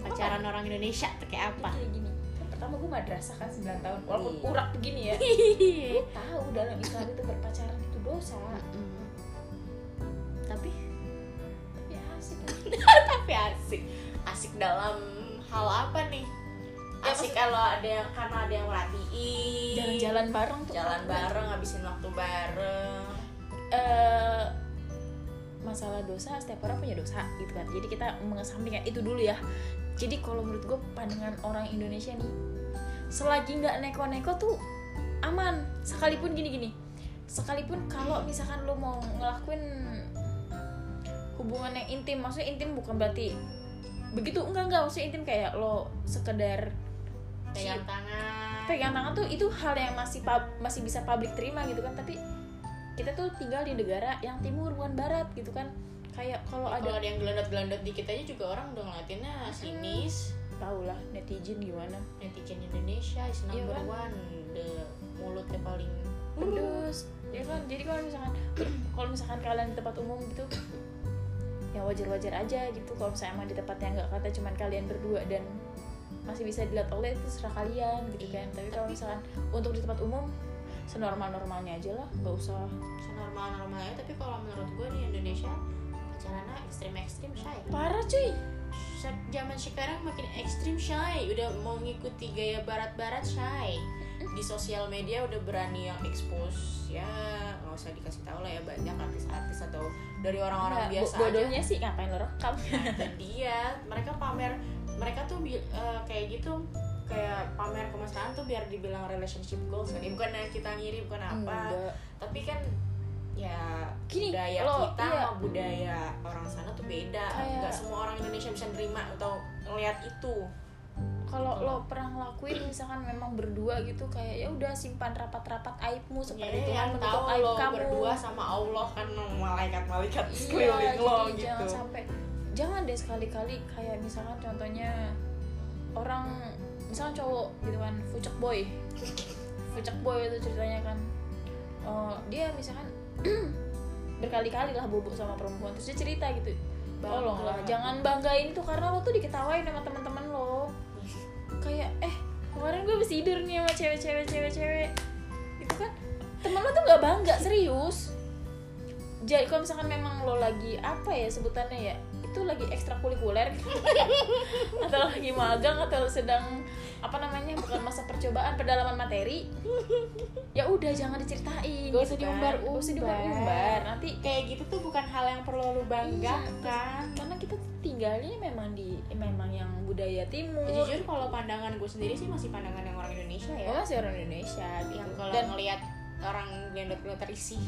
[SPEAKER 1] pacaran orang Indonesia tuh kayak
[SPEAKER 2] [laughs]
[SPEAKER 1] apa
[SPEAKER 2] kayak gini kan pertama gue madrasah kan 9 tahun walaupun
[SPEAKER 1] Iya.
[SPEAKER 2] urak begini ya gue tahu dalam Islam itu berpacaran itu dosa
[SPEAKER 1] Mm-mm. tapi
[SPEAKER 2] tapi asik
[SPEAKER 1] tapi asik asik dalam hal apa nih
[SPEAKER 2] Ya,
[SPEAKER 1] asik
[SPEAKER 2] maksud-
[SPEAKER 1] kalau ada yang karena ada yang merhatiin
[SPEAKER 2] jalan-jalan bareng tuh
[SPEAKER 1] jalan
[SPEAKER 2] bareng
[SPEAKER 1] bareng ngabisin waktu bareng
[SPEAKER 2] eh masalah dosa setiap orang punya dosa gitu kan jadi kita mengesampingkan itu dulu ya jadi kalau menurut gue pandangan orang Indonesia nih selagi nggak neko-neko tuh aman sekalipun gini-gini sekalipun kalau misalkan lo mau ngelakuin hubungan yang intim maksudnya intim bukan berarti begitu enggak enggak maksudnya intim kayak lo sekedar
[SPEAKER 1] pegang tangan
[SPEAKER 2] pegang tangan tuh itu hal yang masih pub- masih bisa publik terima gitu kan tapi kita tuh tinggal di negara yang timur bukan barat gitu kan kayak kalau
[SPEAKER 1] kalau
[SPEAKER 2] ada
[SPEAKER 1] ada yang gelandat-gelandat dikit aja juga orang udah ngeliatinnya sinis
[SPEAKER 2] tau lah netizen gimana
[SPEAKER 1] netizen Indonesia is number
[SPEAKER 2] Iya kan?
[SPEAKER 1] one the mulutnya paling
[SPEAKER 2] terus ya kan jadi kalau misalkan [clears throat] kalau misalkan kalian di tempat umum gitu ya wajar-wajar aja gitu kalau misalnya emang di tempat yang nggak kata cuman kalian berdua dan masih bisa dilihat oleh itu serah kalian gitu
[SPEAKER 1] Iya,
[SPEAKER 2] kan tapi kalau
[SPEAKER 1] tapi-
[SPEAKER 2] misalkan untuk di tempat umum senormal normalnya aja lah nggak usah
[SPEAKER 1] senormal normalnya tapi kalau menurut gue di Indonesia pacarannya ekstrim ekstrim shy
[SPEAKER 2] parah cuy
[SPEAKER 1] Se- zaman sekarang makin ekstrim shy udah mau ngikuti gaya barat-barat shy di sosial media udah berani yang expose ya nggak usah dikasih tahu lah ya banyak artis-artis atau dari orang-orang
[SPEAKER 2] Nggak,
[SPEAKER 1] biasa
[SPEAKER 2] bo-
[SPEAKER 1] aja
[SPEAKER 2] bodohnya sih ngapain lo rekam
[SPEAKER 1] dan dia kan. ya, mereka pamer mereka tuh bi- eh, kayak gitu kayak pamer kemesraan tuh biar dibilang relationship goals kan ya, bukan yang kita ngiri bukan apa
[SPEAKER 2] Enggak.
[SPEAKER 1] tapi kan ya
[SPEAKER 2] Gini,
[SPEAKER 1] budaya
[SPEAKER 2] lo-
[SPEAKER 1] kita
[SPEAKER 2] iya.
[SPEAKER 1] sama budaya orang sana tuh beda
[SPEAKER 2] Kayak-
[SPEAKER 1] nggak semua orang Indonesia bisa nerima atau ngelihat itu
[SPEAKER 2] kalau lo pernah ngelakuin misalkan memang berdua gitu kayak ya udah simpan rapat-rapat aibmu seperti
[SPEAKER 1] Ya,
[SPEAKER 2] Tuhan
[SPEAKER 1] yang
[SPEAKER 2] menutup
[SPEAKER 1] tahu
[SPEAKER 2] aib
[SPEAKER 1] lo
[SPEAKER 2] kamu
[SPEAKER 1] berdua sama Allah kan malaikat-malaikat
[SPEAKER 2] Iya,
[SPEAKER 1] sekeliling
[SPEAKER 2] gitu,
[SPEAKER 1] lo
[SPEAKER 2] jangan
[SPEAKER 1] gitu
[SPEAKER 2] sampai jangan deh sekali-kali kayak misalkan contohnya orang misalkan cowok gitu kan fucek
[SPEAKER 1] [laughs]
[SPEAKER 2] boy fucek boy itu ceritanya kan Eh, dia misalkan [clears throat] berkali-kali lah bobok sama perempuan terus dia cerita gitu tolong lah
[SPEAKER 1] Bangga.
[SPEAKER 2] jangan banggain itu karena lo tuh diketawain sama teman-teman lo kayak eh kemarin gue habis tidur nih sama cewek-cewek cewek-cewek itu kan temen lo tuh nggak bangga serius jadi kalau misalkan memang lo lagi apa ya sebutannya ya itu lagi ekstrakurikuler [laughs] atau lagi magang atau sedang apa namanya bukan masa percobaan pendalaman materi ya udah jangan diceritain
[SPEAKER 1] Gak usah
[SPEAKER 2] gitu kan.
[SPEAKER 1] diumbar-umbar.
[SPEAKER 2] Gak usah diumbar-umbar nanti
[SPEAKER 1] kayak gitu tuh bukan hal yang perlu
[SPEAKER 2] Iya,
[SPEAKER 1] lu banggakan
[SPEAKER 2] karena kita tinggalnya memang di memang yang budaya timur
[SPEAKER 1] jujur kalau pandangan gue sendiri sih masih pandangan yang orang Indonesia ya
[SPEAKER 2] Oh, masih orang Indonesia gitu.
[SPEAKER 1] yang kalau
[SPEAKER 2] Dan
[SPEAKER 1] ngelihat orang gelender-gelender risih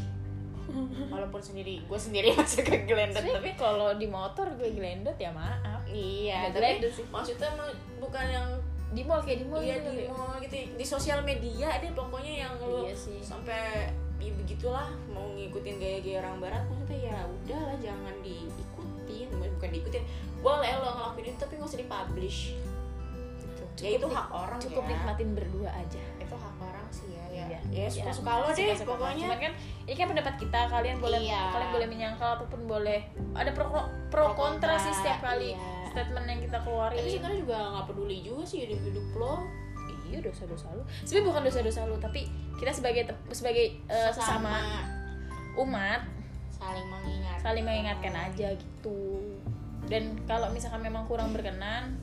[SPEAKER 1] walaupun sendiri gue sendiri [laughs] masih ke gelender
[SPEAKER 2] tapi
[SPEAKER 1] tapi
[SPEAKER 2] kalau di motor gue gelendot ya maaf.
[SPEAKER 1] iya
[SPEAKER 2] Nggak
[SPEAKER 1] tapi
[SPEAKER 2] gelender sih.
[SPEAKER 1] maksudnya emang bukan yang
[SPEAKER 2] Di mall kayak di mall
[SPEAKER 1] iya
[SPEAKER 2] gitu
[SPEAKER 1] di
[SPEAKER 2] ya.
[SPEAKER 1] mall gitu di sosial media dia pokoknya yang lu
[SPEAKER 2] Iya sih.
[SPEAKER 1] sampai ya begitulah mau ngikutin gaya-gaya orang barat maksudnya ya udahlah jangan diikutin bukan diikutin boleh lo ngelakuin itu tapi nggak usah dipublish gitu. ya
[SPEAKER 2] Cukup
[SPEAKER 1] itu
[SPEAKER 2] nik-
[SPEAKER 1] hak orang
[SPEAKER 2] Cukup
[SPEAKER 1] ya.
[SPEAKER 2] nikmatin berdua aja.
[SPEAKER 1] itu hak orang sih ya ya,
[SPEAKER 2] Iya.
[SPEAKER 1] ya
[SPEAKER 2] Iya,
[SPEAKER 1] suka suka lo deh
[SPEAKER 2] suka-suka.
[SPEAKER 1] pokoknya
[SPEAKER 2] Cuman kan ini kan pendapat kita, kalian boleh
[SPEAKER 1] Iya.
[SPEAKER 2] kalian boleh menyangkal ataupun boleh ada pro pro, pro kontra sih setiap kali
[SPEAKER 1] iya.
[SPEAKER 2] statement yang kita
[SPEAKER 1] tapi
[SPEAKER 2] keluarin.
[SPEAKER 1] sebenarnya juga nggak peduli juga sih hidup hidup lo
[SPEAKER 2] Iya dosa-dosa lu. Sebenarnya bukan dosa-dosa lu, tapi kita sebagai te- sebagai eh, sesama umat
[SPEAKER 1] saling mengingatkan
[SPEAKER 2] saling mengingatkan aja gitu dan kalau misalkan memang kurang berkenan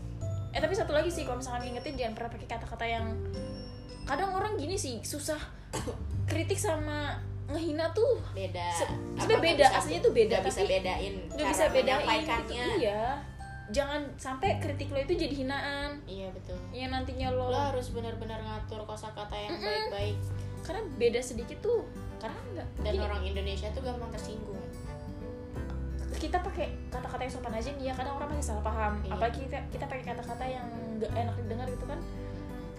[SPEAKER 2] eh tapi satu lagi sih kalau misalkan ngingetin jangan pernah pakai kata-kata yang kadang orang gini sih susah kritik sama ngehina tuh
[SPEAKER 1] beda
[SPEAKER 2] Se-
[SPEAKER 1] Apa,
[SPEAKER 2] sebenarnya
[SPEAKER 1] nggak
[SPEAKER 2] beda,
[SPEAKER 1] bisa-
[SPEAKER 2] aslinya tuh beda,
[SPEAKER 1] nggak bisa
[SPEAKER 2] tapi
[SPEAKER 1] bedain
[SPEAKER 2] nggak
[SPEAKER 1] cara
[SPEAKER 2] bisa bedain
[SPEAKER 1] menyampaikannya
[SPEAKER 2] gitu. iya jangan sampai kritik lo itu jadi hinaan
[SPEAKER 1] iya betul
[SPEAKER 2] yang nantinya lo
[SPEAKER 1] lo harus benar-benar ngatur kosakata yang
[SPEAKER 2] Mm-mm.
[SPEAKER 1] baik-baik
[SPEAKER 2] karena beda sedikit tuh karena nggak
[SPEAKER 1] dan
[SPEAKER 2] gini,
[SPEAKER 1] orang Indonesia tuh gampang tersinggung
[SPEAKER 2] kita pakai kata-kata yang sopan aja nih ya kadang orang masih salah paham
[SPEAKER 1] Iya.
[SPEAKER 2] apalagi kita kita pakai kata-kata yang nggak enak didengar gitu kan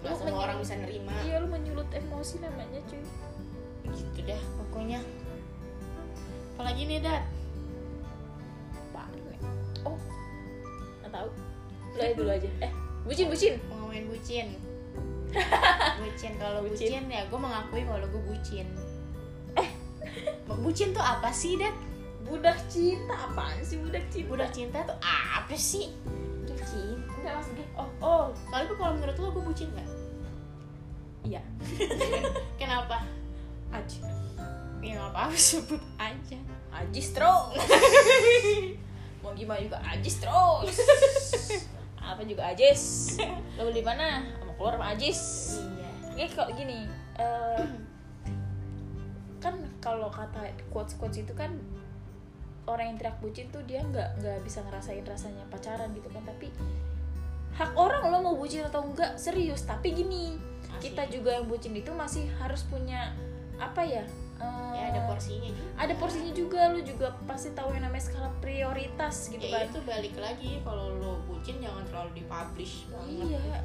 [SPEAKER 1] nggak
[SPEAKER 2] Lu
[SPEAKER 1] semua
[SPEAKER 2] menyulut-
[SPEAKER 1] orang bisa nerima
[SPEAKER 2] Iya lu menyulut emosi namanya cuy iya.
[SPEAKER 1] gitu dah pokoknya apalagi nih dat
[SPEAKER 2] Apaan ya? Oh Gak tau Lo aja dulu aja Eh bucin bucin
[SPEAKER 1] mau ngomongin
[SPEAKER 2] [laughs]
[SPEAKER 1] bucin bucin kalau
[SPEAKER 2] Bucin. Eh.
[SPEAKER 1] bucin. ya gue mengakui kalau gue bucin [laughs] bucin tuh apa sih dat
[SPEAKER 2] Budak cinta apaan sih budak cinta
[SPEAKER 1] budak cinta tuh apa sih
[SPEAKER 2] Budak cinta Enggak maksudnya Oh oh
[SPEAKER 1] kalau lu- kalau menurut lo gue bucin nggak
[SPEAKER 2] Iya
[SPEAKER 1] kenapa
[SPEAKER 2] Aji
[SPEAKER 1] ya nggak apa-apa [laughs] sebut aja
[SPEAKER 2] Ajis terus [laughs] Mau gimana juga Ajis terus [laughs] Apa juga Ajis Lo beli mana? Sama keluar sama Ajis
[SPEAKER 1] iya
[SPEAKER 2] Oke, Ya, kok gini. eh, kan kalau kata quotes quotes itu kan orang yang teriak bucin tuh dia nggak nggak bisa ngerasain rasanya pacaran gitu kan tapi hak orang lo mau bucin atau enggak serius tapi gini kita juga yang bucin itu masih harus punya apa ya eh,
[SPEAKER 1] ya ada porsinya juga
[SPEAKER 2] ada porsinya juga lo juga pasti tahu yang namanya skala prioritas gitu
[SPEAKER 1] ya
[SPEAKER 2] kan
[SPEAKER 1] itu balik lagi kalau lo bucin jangan terlalu dipublish banget
[SPEAKER 2] iya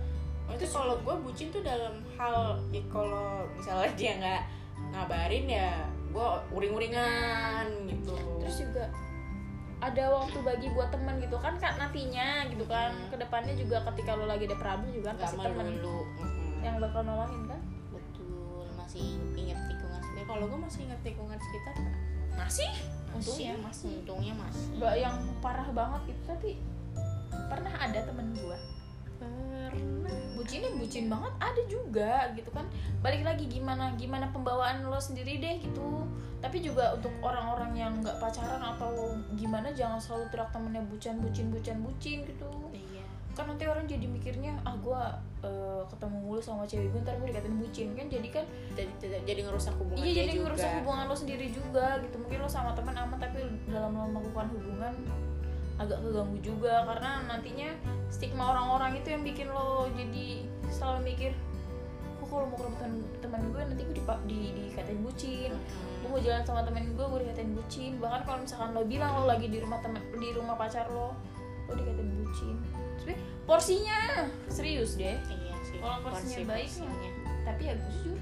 [SPEAKER 1] Oh, itu kalau gue bucin tuh dalam hal ya kalau misalnya [laughs] dia nggak ngabarin ya gue uring-uringan gitu
[SPEAKER 2] terus juga ada waktu bagi buat teman gitu kan kan nantinya gitu kan
[SPEAKER 1] Hmm.
[SPEAKER 2] kedepannya juga ketika lo lagi ada problem juga kan,
[SPEAKER 1] nggak
[SPEAKER 2] pasti teman
[SPEAKER 1] melulu Mm-mm.
[SPEAKER 2] yang bakal nolongin kan
[SPEAKER 1] Ya. betul masih ingat tikungan sendiri kalau gue masih ingat tikungan sekitar
[SPEAKER 2] masih
[SPEAKER 1] untungnya
[SPEAKER 2] untungnya
[SPEAKER 1] masih untungnya masih
[SPEAKER 2] nggak yang parah banget gitu tapi pernah ada temen gua
[SPEAKER 1] pernah
[SPEAKER 2] bucinnya bucin banget ada juga gitu kan balik lagi gimana gimana pembawaan lo sendiri deh gitu tapi juga untuk orang-orang yang nggak pacaran atau gimana jangan selalu teriak temennya bucin bucin bucin bucin gitu
[SPEAKER 1] iya
[SPEAKER 2] kan nanti orang jadi mikirnya ah gue ketemu mulu sama cewek gue ntar gue dikatain bucin kan jadi kan
[SPEAKER 1] jadi, jadi- jadi ngerusak hubungan
[SPEAKER 2] iya
[SPEAKER 1] dia
[SPEAKER 2] jadi
[SPEAKER 1] juga
[SPEAKER 2] ngerusak hubungan lo sendiri juga gitu mungkin lo sama teman aman tapi dalam lo melakukan hubungan agak keganggu juga karena nantinya stigma orang-orang itu yang bikin lo jadi selalu mikir kok kalau mau kerebutan teman gue nanti gue di, di dikatain bucin
[SPEAKER 1] Mm-mm.
[SPEAKER 2] gue mau jalan sama temen gue gue dikatain bucin bahkan kalau misalkan lo bilang lo lagi di rumah temen di rumah pacar lo lo dikatain bucin tapi porsinya serius deh
[SPEAKER 1] iya sih
[SPEAKER 2] Kalau porsinya baik mah.
[SPEAKER 1] porsinya.
[SPEAKER 2] tapi ya jujur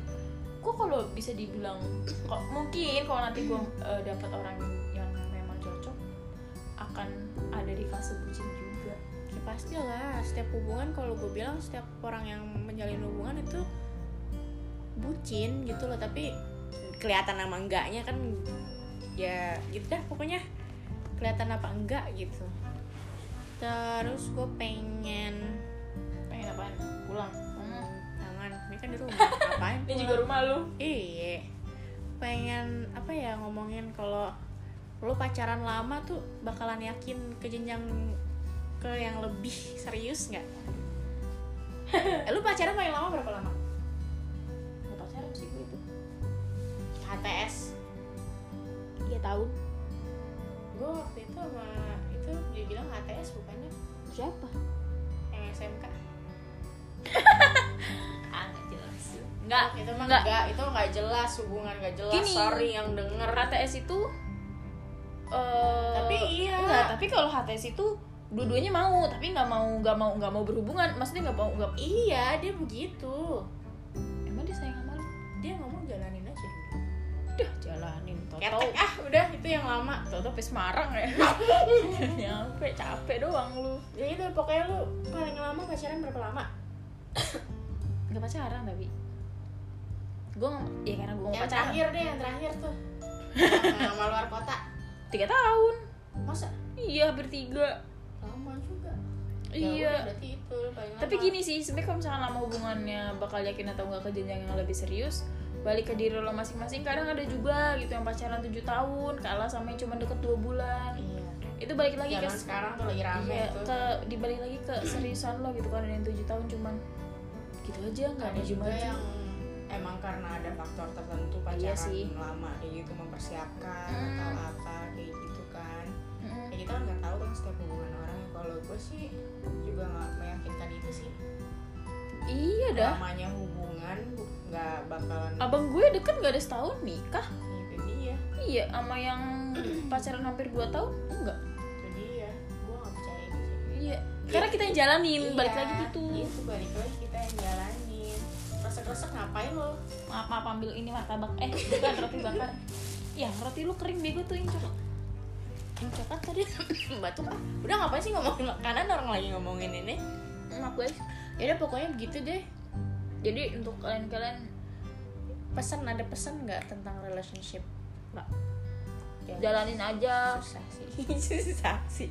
[SPEAKER 2] kok kalau bisa dibilang kok mungkin kalau nanti gue dapat orang yang memang cocok akan ada di fase bucin juga
[SPEAKER 1] ya pastilah setiap hubungan kalau gue bilang setiap orang yang menjalin hubungan itu bucin gitu loh tapi kelihatan sama enggaknya kan ya gitu dah pokoknya kelihatan apa enggak gitu terus gue pengen
[SPEAKER 2] pengen apaan pulang hmm.
[SPEAKER 1] tangan ini kan di rumah ngapain
[SPEAKER 2] [laughs] ini juga rumah lu
[SPEAKER 1] iya pengen apa ya ngomongin kalau lo pacaran lama tuh bakalan yakin ke jenjang ke yang lebih serius nggak? [laughs] eh, lu pacaran paling lama berapa lama?
[SPEAKER 2] gak pacaran sih gue itu
[SPEAKER 1] HTS 3 tahun gue waktu itu sama itu dia bilang HTS bukannya
[SPEAKER 2] siapa
[SPEAKER 1] yang SMK
[SPEAKER 2] ah nggak jelas
[SPEAKER 1] Enggak, itu mah
[SPEAKER 2] Nggak.
[SPEAKER 1] enggak. itu enggak jelas hubungan enggak jelas
[SPEAKER 2] Gini.
[SPEAKER 1] sorry yang denger
[SPEAKER 2] HTS itu eh,
[SPEAKER 1] Tapi iya.
[SPEAKER 2] enggak, tapi kalau HTS itu dua-duanya mau tapi nggak mau nggak mau nggak mau berhubungan maksudnya nggak mau nggak
[SPEAKER 1] iya dia begitu
[SPEAKER 2] emang dia sayang sama lu
[SPEAKER 1] dia ngomong jalanin aja dulu
[SPEAKER 2] udah jalanin tau
[SPEAKER 1] ketek ah udah itu yang lama
[SPEAKER 2] Tau-tau sampai Semarang [laughs] ya Nyampe capek doang lu
[SPEAKER 1] ya itu pokoknya lu paling lama pacaran berapa lama
[SPEAKER 2] Gak pacaran tapi Gue ya karena gue mau
[SPEAKER 1] yang
[SPEAKER 2] pacaran
[SPEAKER 1] terakhir deh yang terakhir
[SPEAKER 2] [laughs]
[SPEAKER 1] tuh Yang sama luar kota
[SPEAKER 2] Tiga tahun
[SPEAKER 1] masa
[SPEAKER 2] Iya hampir tiga
[SPEAKER 1] lama juga Ya udah,
[SPEAKER 2] Iya
[SPEAKER 1] berarti itu lu paling
[SPEAKER 2] Tapi
[SPEAKER 1] lama.
[SPEAKER 2] gini sih sebenernya kalau misalkan lama hubungannya bakal yakin atau nggak ke jenjang yang lebih serius Balik ke diri lo masing-masing kadang ada juga gitu yang pacaran 7 tahun Kalah sama yang cuma deket 2 bulan
[SPEAKER 1] iya
[SPEAKER 2] Itu balik lagi
[SPEAKER 1] zaman
[SPEAKER 2] ke
[SPEAKER 1] sekarang tuh lagi rame
[SPEAKER 2] Iya,
[SPEAKER 1] tuh
[SPEAKER 2] ke dibalik lagi ke seriusan lo gitu kan ada yang tujuh tahun cuman gitu aja nggak
[SPEAKER 1] ada
[SPEAKER 2] ada
[SPEAKER 1] juga ya.
[SPEAKER 2] maju
[SPEAKER 1] yang emang karena ada faktor tertentu pacaran
[SPEAKER 2] Iya sih.
[SPEAKER 1] lama kayak gitu mempersiapkan
[SPEAKER 2] Hmm.
[SPEAKER 1] atau apa kayak gitu kan
[SPEAKER 2] Mm-mm.
[SPEAKER 1] ya kita kan nggak tahu kan setiap hubungan orang kalau gue sih juga nggak meyakinkan itu sih
[SPEAKER 2] Iya dah.
[SPEAKER 1] namanya hubungan bu- nggak bakalan
[SPEAKER 2] Abang gue deket gak ada setahun nikah.
[SPEAKER 1] itu dia
[SPEAKER 2] Iya, sama yang pacaran hampir 2 tahun enggak.
[SPEAKER 1] itu dia gue ya, nggak percaya itu sih
[SPEAKER 2] Iya. Karena kita yang jalanin,
[SPEAKER 1] Iya,
[SPEAKER 2] balik lagi gitu.
[SPEAKER 1] itu balik lagi kita yang jalanin kresek-kresek ngapain lo
[SPEAKER 2] Maaf, maaf ambil ini martabak. Eh, bukan roti bakar. Ya, roti lu kering bego tuh yang coklat.
[SPEAKER 1] yang coklat
[SPEAKER 2] [laughs]
[SPEAKER 1] tadi batuk ah udah ngapain sih ngomongin makanan orang lagi ngomongin ini
[SPEAKER 2] Maaf guys.
[SPEAKER 1] ya udah pokoknya begitu deh
[SPEAKER 2] Jadi untuk kalian-kalian
[SPEAKER 1] pesan ada pesan nggak tentang relationship
[SPEAKER 2] Nggak.
[SPEAKER 1] Ya,
[SPEAKER 2] jalanin aja.
[SPEAKER 1] susah sih [laughs] susah sih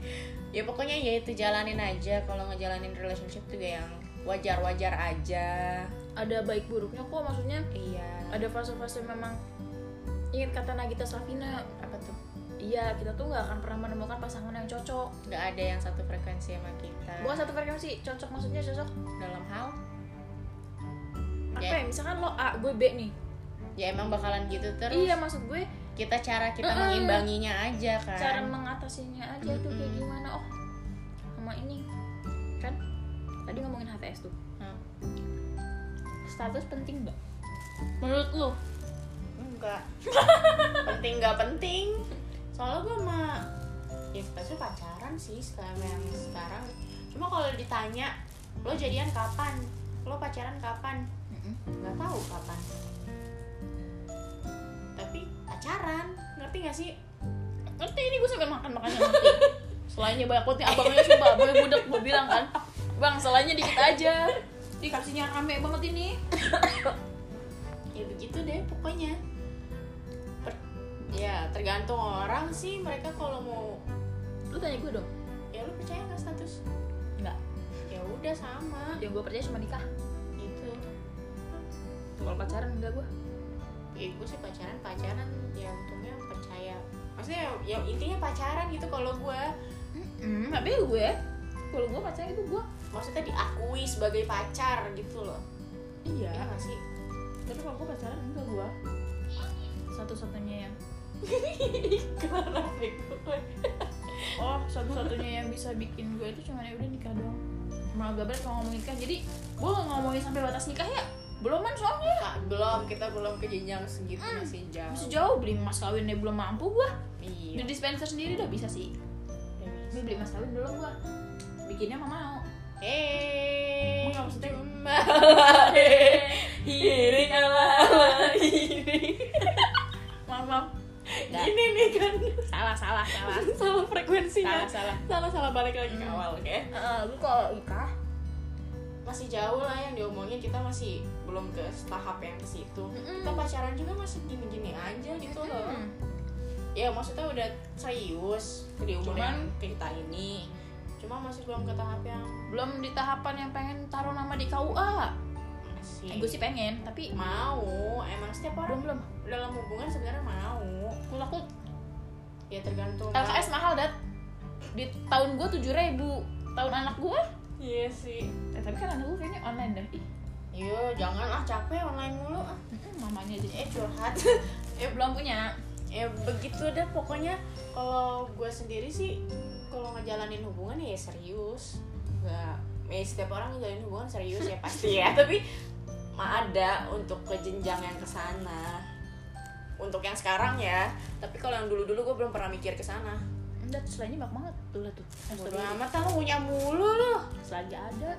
[SPEAKER 1] ya pokoknya ya itu jalanin aja kalau ngejalanin relationship juga yang wajar-wajar aja
[SPEAKER 2] Ada baik buruknya kok maksudnya.
[SPEAKER 1] iya
[SPEAKER 2] Ada fase-fase memang Ingat kata Nagita Slavina,
[SPEAKER 1] apa tuh
[SPEAKER 2] iya kita tuh nggak akan pernah menemukan pasangan yang cocok.
[SPEAKER 1] nggak ada yang satu frekuensi sama kita
[SPEAKER 2] Bukan satu frekuensi, cocok maksudnya cocok
[SPEAKER 1] dalam hal
[SPEAKER 2] apa
[SPEAKER 1] Ya.
[SPEAKER 2] ya misalkan lo A gue B nih
[SPEAKER 1] ya emang bakalan gitu terus
[SPEAKER 2] iya maksud gue
[SPEAKER 1] kita cara kita
[SPEAKER 2] Mm-mm.
[SPEAKER 1] mengimbanginya aja kan
[SPEAKER 2] cara mengatasinya aja tuh kayak
[SPEAKER 1] Mm-mm.
[SPEAKER 2] gimana oh sama ini kan tadi ngomongin HTS tuh
[SPEAKER 1] Hmm.
[SPEAKER 2] status penting nggak menurut lo [laughs]
[SPEAKER 1] enggak penting nggak penting soalnya gue sama ya pasti pacaran sih sekarang yang sekarang cuma kalau ditanya lo jadian kapan lo pacaran kapan nggak tahu kapan tapi pacaran ngerti nggak sih
[SPEAKER 2] ngerti ini gue sambil makan makannya
[SPEAKER 1] [laughs]
[SPEAKER 2] ngerti selainnya banyak banget nih abangnya coba boleh budak gue bilang [laughs] kan bang selainnya dikit aja Iya. dikasihnya rame banget ini
[SPEAKER 1] ya begitu deh pokoknya Per- ya tergantung orang sih mereka kalau mau
[SPEAKER 2] lu tanya gue dong
[SPEAKER 1] ya lo percaya nggak status
[SPEAKER 2] Nggak.
[SPEAKER 1] ya udah sama
[SPEAKER 2] yang gue percaya cuma nikah
[SPEAKER 1] gitu
[SPEAKER 2] kalau pacaran enggak gue
[SPEAKER 1] ya gue sih pacaran pacaran ya untungnya percaya maksudnya ya intinya pacaran gitu kalau gue
[SPEAKER 2] hmm, tapi gue kalau gue pacaran itu gue
[SPEAKER 1] maksudnya diakui sebagai pacar gitu loh
[SPEAKER 2] iya
[SPEAKER 1] ya nggak sih [laughs]
[SPEAKER 2] tapi kalau gue pacaran enggak gue satu-satunya yang
[SPEAKER 1] karena bego gue.
[SPEAKER 2] oh satu-satunya yang bisa bikin gue itu cuma ya udah nikah doang malah gak berat kalau ngomong nikah jadi gue ngomongin sampai batas nikah ya belum kan soalnya
[SPEAKER 1] Nah, belum kita belum ke jenjang segitu masih jauh
[SPEAKER 2] masih jauh beli emas kawin deh belum mampu gua
[SPEAKER 1] iya
[SPEAKER 2] di dispenser sendiri udah bisa sih
[SPEAKER 1] udah bisa.
[SPEAKER 2] tapi beli emas kawin belum gua bikinnya mama [laughs] mau
[SPEAKER 1] Hey,
[SPEAKER 2] Emang maksudnya?
[SPEAKER 1] cuma hiring
[SPEAKER 2] [laughs]
[SPEAKER 1] ala ala hiring.
[SPEAKER 2] maaf maaf Nggak.
[SPEAKER 1] Ini nih kan
[SPEAKER 2] salah salah salah
[SPEAKER 1] salah
[SPEAKER 2] salah
[SPEAKER 1] frekuensinya.
[SPEAKER 2] salah
[SPEAKER 1] Salah salah balik lagi ke
[SPEAKER 2] Hmm.
[SPEAKER 1] awal, oke?
[SPEAKER 2] Eh, gua kalau nikah
[SPEAKER 1] Masih jauh lah yang diomongin kita masih belum ke tahap yang ke situ. Kita pacaran juga masih gini-gini aja gitu loh.
[SPEAKER 2] Hmm.
[SPEAKER 1] Ya maksudnya udah serius di umur
[SPEAKER 2] Cuman-
[SPEAKER 1] yang kita ini. Cuma masih belum ke tahap yang
[SPEAKER 2] belum di tahapan yang pengen taruh nama di KUA Eh,
[SPEAKER 1] masih
[SPEAKER 2] gue sih pengen tapi
[SPEAKER 1] mau. Emang setiap
[SPEAKER 2] belum
[SPEAKER 1] orang
[SPEAKER 2] belum
[SPEAKER 1] dalam hubungan sebenarnya mau.
[SPEAKER 2] gue takut
[SPEAKER 1] Ya tergantung.
[SPEAKER 2] LKS mahal dat di tahun gue tujuh ribu tahun anak gue
[SPEAKER 1] Iya sih.
[SPEAKER 2] eh, tapi kan anak gue kayaknya online dah ih
[SPEAKER 1] Iya, jangan ah capek online mulu ah.
[SPEAKER 2] mm-mm, mamanya aja
[SPEAKER 1] Eh curhat.
[SPEAKER 2] eh belum punya
[SPEAKER 1] ya begitu dah pokoknya kalau gue sendiri sih kalau ngejalanin hubungan ya serius. Enggak ya setiap orang ngejalanin hubungan serius ya pasti [laughs] ya, tapi mah ada untuk ke jenjang yang ke sana. Untuk yang sekarang ya, tapi kalau yang dulu-dulu gue belum pernah mikir ke sana.
[SPEAKER 2] udah tuh selainya banyak banget tuh lah tuh
[SPEAKER 1] Bodo
[SPEAKER 2] Astaga,
[SPEAKER 1] amat ah, lu punya mulu [laughs] lu.
[SPEAKER 2] selagi ada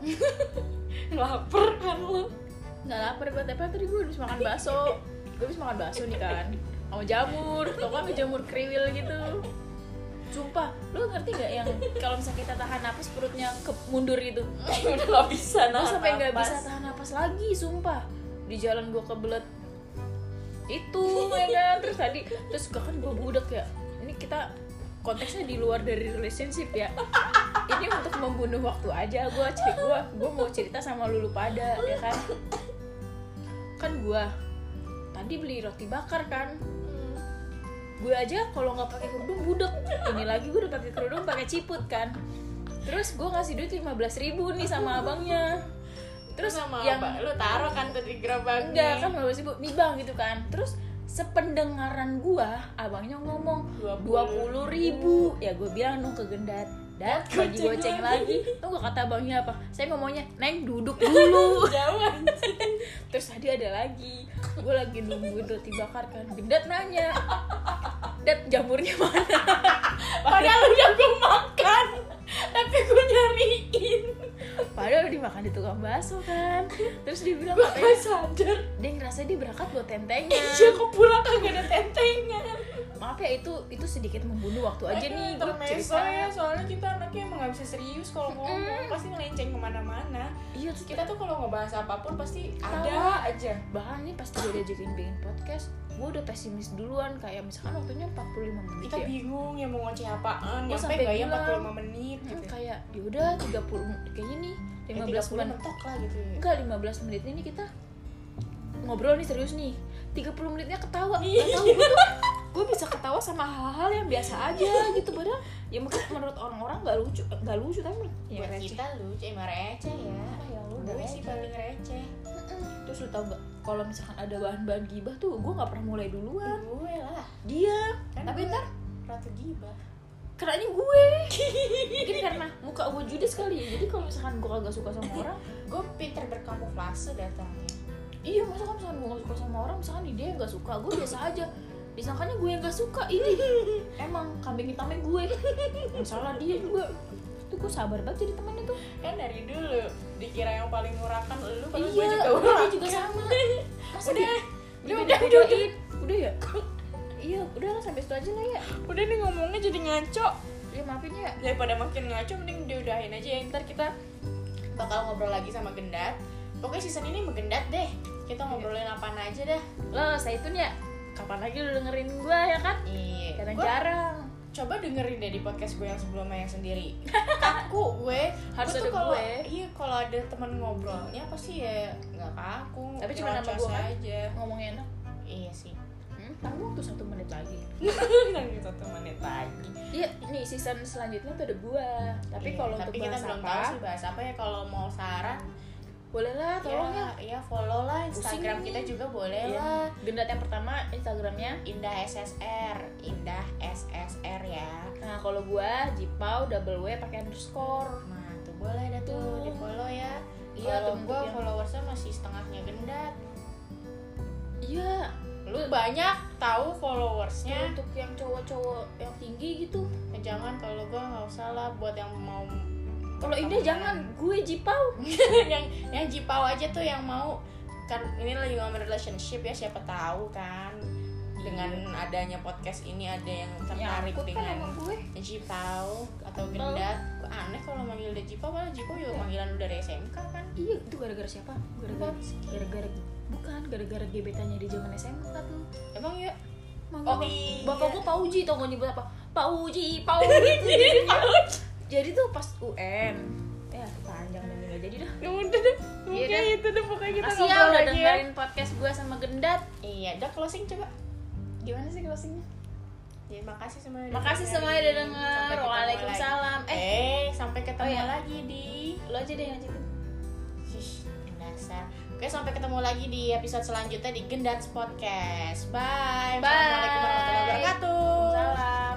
[SPEAKER 1] Laper kan [laughs] lu.
[SPEAKER 2] nggak lapar gue tapi tadi gue habis makan bakso gue habis makan bakso nih kan sama jamur tau kan jamur kriwil gitu Sumpah, lu ngerti gak yang kalau misalnya kita tahan nafas perutnya ke mundur gitu
[SPEAKER 1] Udah gak bisa
[SPEAKER 2] Gue
[SPEAKER 1] nahan
[SPEAKER 2] sampai nggak
[SPEAKER 1] napas.
[SPEAKER 2] bisa tahan napas lagi, sumpah. Di jalan gua kebelet itu, ya kan? Terus tadi, terus gua kan gua budak ya. Ini kita konteksnya di luar dari relationship ya. Ini untuk membunuh waktu aja. Gua cerita, gua, gua mau cerita sama lulu pada, ya kan? Kan gua tadi beli roti bakar kan.
[SPEAKER 1] Hmm.
[SPEAKER 2] Gue aja kalau nggak pakai kerudung budak. Ini lagi gue udah pakai kerudung, pakai ciput kan. Terus gua ngasih duit 15.000 ribu nih sama abangnya
[SPEAKER 1] Terus
[SPEAKER 2] terus
[SPEAKER 1] sama
[SPEAKER 2] yang
[SPEAKER 1] apa? Lu taruh kan tuh di gerobaknya.
[SPEAKER 2] enggak kan bawa ibu nih bang gitu kan terus sependengaran gua abangnya ngomong dua puluh ribu ya gue bilang dong ke gendat dan
[SPEAKER 1] Goceng
[SPEAKER 2] lagi goceng
[SPEAKER 1] lagi.
[SPEAKER 2] lagi tuh gak kata abangnya apa saya ngomongnya neng duduk dulu [laughs]
[SPEAKER 1] jauh anjing.
[SPEAKER 2] terus tadi ada lagi gue lagi nungguin roti bakar kan gendat nanya dat jamurnya mana
[SPEAKER 1] Padahal udah gue makan. Tapi gue nyariin.
[SPEAKER 2] padahal udah dimakan di tukang bakso kan terus dia bilang
[SPEAKER 1] Gue
[SPEAKER 2] katanya
[SPEAKER 1] gak sadar.
[SPEAKER 2] dia ngerasa dia berangkat buat tentengnya
[SPEAKER 1] Iya, kok pulang kagak ada tentengan.
[SPEAKER 2] maaf ya itu itu sedikit membunuh waktu aja nih gue
[SPEAKER 1] Intermezzo
[SPEAKER 2] cerita
[SPEAKER 1] ya, soalnya kita anaknya emang gak bisa serius kalau ngomong.
[SPEAKER 2] Mm-mm.
[SPEAKER 1] Pasti ngelenceng kemana-mana.
[SPEAKER 2] iya terus kita
[SPEAKER 1] Kita tuh kalau ngebahas apapun pasti
[SPEAKER 2] Tawa.
[SPEAKER 1] ada aja.
[SPEAKER 2] bahkan nih pas gue diajakin bikin podcast gue udah pesimis duluan kayak misalkan waktunya 45 menit
[SPEAKER 1] Kita
[SPEAKER 2] ya
[SPEAKER 1] bingung ya mau ngoceh apaan.
[SPEAKER 2] Gua
[SPEAKER 1] Nyampe
[SPEAKER 2] sampai
[SPEAKER 1] gak ya
[SPEAKER 2] bilang.
[SPEAKER 1] 45 menit
[SPEAKER 2] Hmm,
[SPEAKER 1] gitu.
[SPEAKER 2] kayak yaudah 30 menit kayaknya nih
[SPEAKER 1] Eh, 30
[SPEAKER 2] 15 menit
[SPEAKER 1] mentok lah gitu.
[SPEAKER 2] enggak 15 menit ini kita ngobrol nih serius nih 30 menitnya ketawa
[SPEAKER 1] Iya.
[SPEAKER 2] gue bisa ketawa sama hal-hal yang biasa aja gitu padahal ya mungkin menurut orang-orang nggak lucu eh, nggak lucu tapi menurut- ya,
[SPEAKER 1] Buat
[SPEAKER 2] receh.
[SPEAKER 1] kita Iya, lucu, emang receh ya.
[SPEAKER 2] ya udah
[SPEAKER 1] Gue sih
[SPEAKER 2] receh.
[SPEAKER 1] paling receh.
[SPEAKER 2] terus lu tau gak kalau misalkan ada bahan-bahan gibah tuh gue nggak pernah mulai duluan
[SPEAKER 1] Gue Iya, lah.
[SPEAKER 2] dia
[SPEAKER 1] Kan
[SPEAKER 2] tapi
[SPEAKER 1] gue
[SPEAKER 2] ntar
[SPEAKER 1] Ratu Gibah.
[SPEAKER 2] kenanya gue mungkin karena muka gue judes kali ya jadi kalau misalkan gue kagak suka sama orang
[SPEAKER 1] Gue pinter berkamuflase datangnya.
[SPEAKER 2] iya masa kalau misalkan gue gak suka sama orang misalkan nih dia yang gak suka gue biasa aja disangkanya gue yang gak suka ini
[SPEAKER 1] [laughs]
[SPEAKER 2] emang kambing hitamnya gue misalnya dia juga itu gue sabar banget jadi temennya tuh
[SPEAKER 1] Kan dari dulu dikira yang paling murah kan lu padahal
[SPEAKER 2] Iya,
[SPEAKER 1] gue juga
[SPEAKER 2] gue
[SPEAKER 1] murah.
[SPEAKER 2] juga sama.
[SPEAKER 1] Udah,
[SPEAKER 2] masa dia
[SPEAKER 1] udah,
[SPEAKER 2] udah
[SPEAKER 1] udah,
[SPEAKER 2] udah udah ya iya udah lah sampai situ aja lah ya
[SPEAKER 1] Udah nih ngomongnya jadi ngaco.
[SPEAKER 2] ya maafin ya
[SPEAKER 1] Daripada makin ngaco mending diudahin aja ya. Ntar kita bakal ngobrol lagi sama Gendat. Pokoknya season ini menggendat deh. Kita ngobrolin apaan aja dah.
[SPEAKER 2] lo saya itu ya kapan lagi lu dengerin gue ya kan
[SPEAKER 1] Iya. Gua
[SPEAKER 2] jarang-jarang
[SPEAKER 1] coba dengerin deh di podcast gue yang sebelumnya yang
[SPEAKER 2] [laughs]
[SPEAKER 1] sendiri. Kaku gue.
[SPEAKER 2] Harus
[SPEAKER 1] Gue tuh
[SPEAKER 2] ada
[SPEAKER 1] kalau-
[SPEAKER 2] gue.
[SPEAKER 1] Iya, kalau ada teman ngobrolnya pasti ya nggak kaku.
[SPEAKER 2] Tapi cuma nama
[SPEAKER 1] nyocos
[SPEAKER 2] gue kan?
[SPEAKER 1] aja.
[SPEAKER 2] ngomongnya enak
[SPEAKER 1] Iya sih.
[SPEAKER 2] hmm? tahu waktu satu menit lagi
[SPEAKER 1] [laughs] Nanti satu menit lagi.
[SPEAKER 2] iya ini season selanjutnya tuh ada gua tapi
[SPEAKER 1] Iya,
[SPEAKER 2] kalau
[SPEAKER 1] tapi
[SPEAKER 2] untuk
[SPEAKER 1] kita
[SPEAKER 2] bahas
[SPEAKER 1] belum
[SPEAKER 2] apa
[SPEAKER 1] tahu sih bahas apa ya kalau mau saran
[SPEAKER 2] boleh lah tolong ya,
[SPEAKER 1] ya, ya follow lah
[SPEAKER 2] Pusing
[SPEAKER 1] Instagram
[SPEAKER 2] nih.
[SPEAKER 1] kita juga boleh
[SPEAKER 2] Iya.
[SPEAKER 1] lah.
[SPEAKER 2] gendat yang pertama instagramnya
[SPEAKER 1] Indah SSR, Indah SSR ya.
[SPEAKER 2] nah kalau gua jipau double w pakai underscore
[SPEAKER 1] Nah, tuh boleh dah tuh
[SPEAKER 2] Tuh.
[SPEAKER 1] di follow ya. iya
[SPEAKER 2] Kalau
[SPEAKER 1] tuh
[SPEAKER 2] untuk
[SPEAKER 1] gue
[SPEAKER 2] yang-
[SPEAKER 1] followersnya masih setengahnya gendat
[SPEAKER 2] Iya,
[SPEAKER 1] lu banyak tahu followersnya
[SPEAKER 2] untuk yang cowok-cowok yang tinggi gitu.
[SPEAKER 1] jangan kalau gue nggak usah lah buat yang mau
[SPEAKER 2] Kalau ini jangan, gue jipau.
[SPEAKER 1] [laughs] yang yang jipau aja tuh yang mau kan ini lagi ngomongin relationship ya siapa tahu kan dengan adanya podcast ini ada yang tertarik
[SPEAKER 2] Nyangkut kan sama
[SPEAKER 1] dengan
[SPEAKER 2] gue.
[SPEAKER 1] jipau atau gendat Kok aneh kalau manggil dia jipau malah jipau
[SPEAKER 2] Ya.
[SPEAKER 1] juga panggilan udah dari SMK kan
[SPEAKER 2] Iya, itu gara-gara siapa? Gara-gara gara-gara bukan gara-gara gebetannya di zaman SMA tuh.
[SPEAKER 1] emang ya
[SPEAKER 2] Manggil
[SPEAKER 1] Oh,
[SPEAKER 2] bap-
[SPEAKER 1] iya.
[SPEAKER 2] kan. bapak gue Pak Uji tau gak nyebut apa? Pak Uji, [laughs] Pak Uji. Jadi- Jadi tuh pas UN. Ya, panjang dan nggak jadi dah.
[SPEAKER 1] ya udah deh
[SPEAKER 2] Iya deh.
[SPEAKER 1] itu deh pokoknya
[SPEAKER 2] Makasih ya udah dengerin podcast gue sama Gendat.
[SPEAKER 1] iya udah closing coba
[SPEAKER 2] Gimana sih closingnya?
[SPEAKER 1] ya makasih semuanya udah
[SPEAKER 2] Makasih semuanya udah
[SPEAKER 1] dengerin. Iya, Sampai
[SPEAKER 2] denger.
[SPEAKER 1] ketemu lagi.
[SPEAKER 2] Waalaikumsalam. Eh,
[SPEAKER 1] eh sampai ketemu
[SPEAKER 2] Oh, iya.
[SPEAKER 1] lagi di
[SPEAKER 2] lo aja deh yang lanjutin.
[SPEAKER 1] Ih, dasar. Oke, sampai ketemu lagi di episode selanjutnya di Gendats Podcast. Bye.
[SPEAKER 2] Bye.
[SPEAKER 1] Assalamualaikum warahmatullahi wabarakatuh.
[SPEAKER 2] Salam.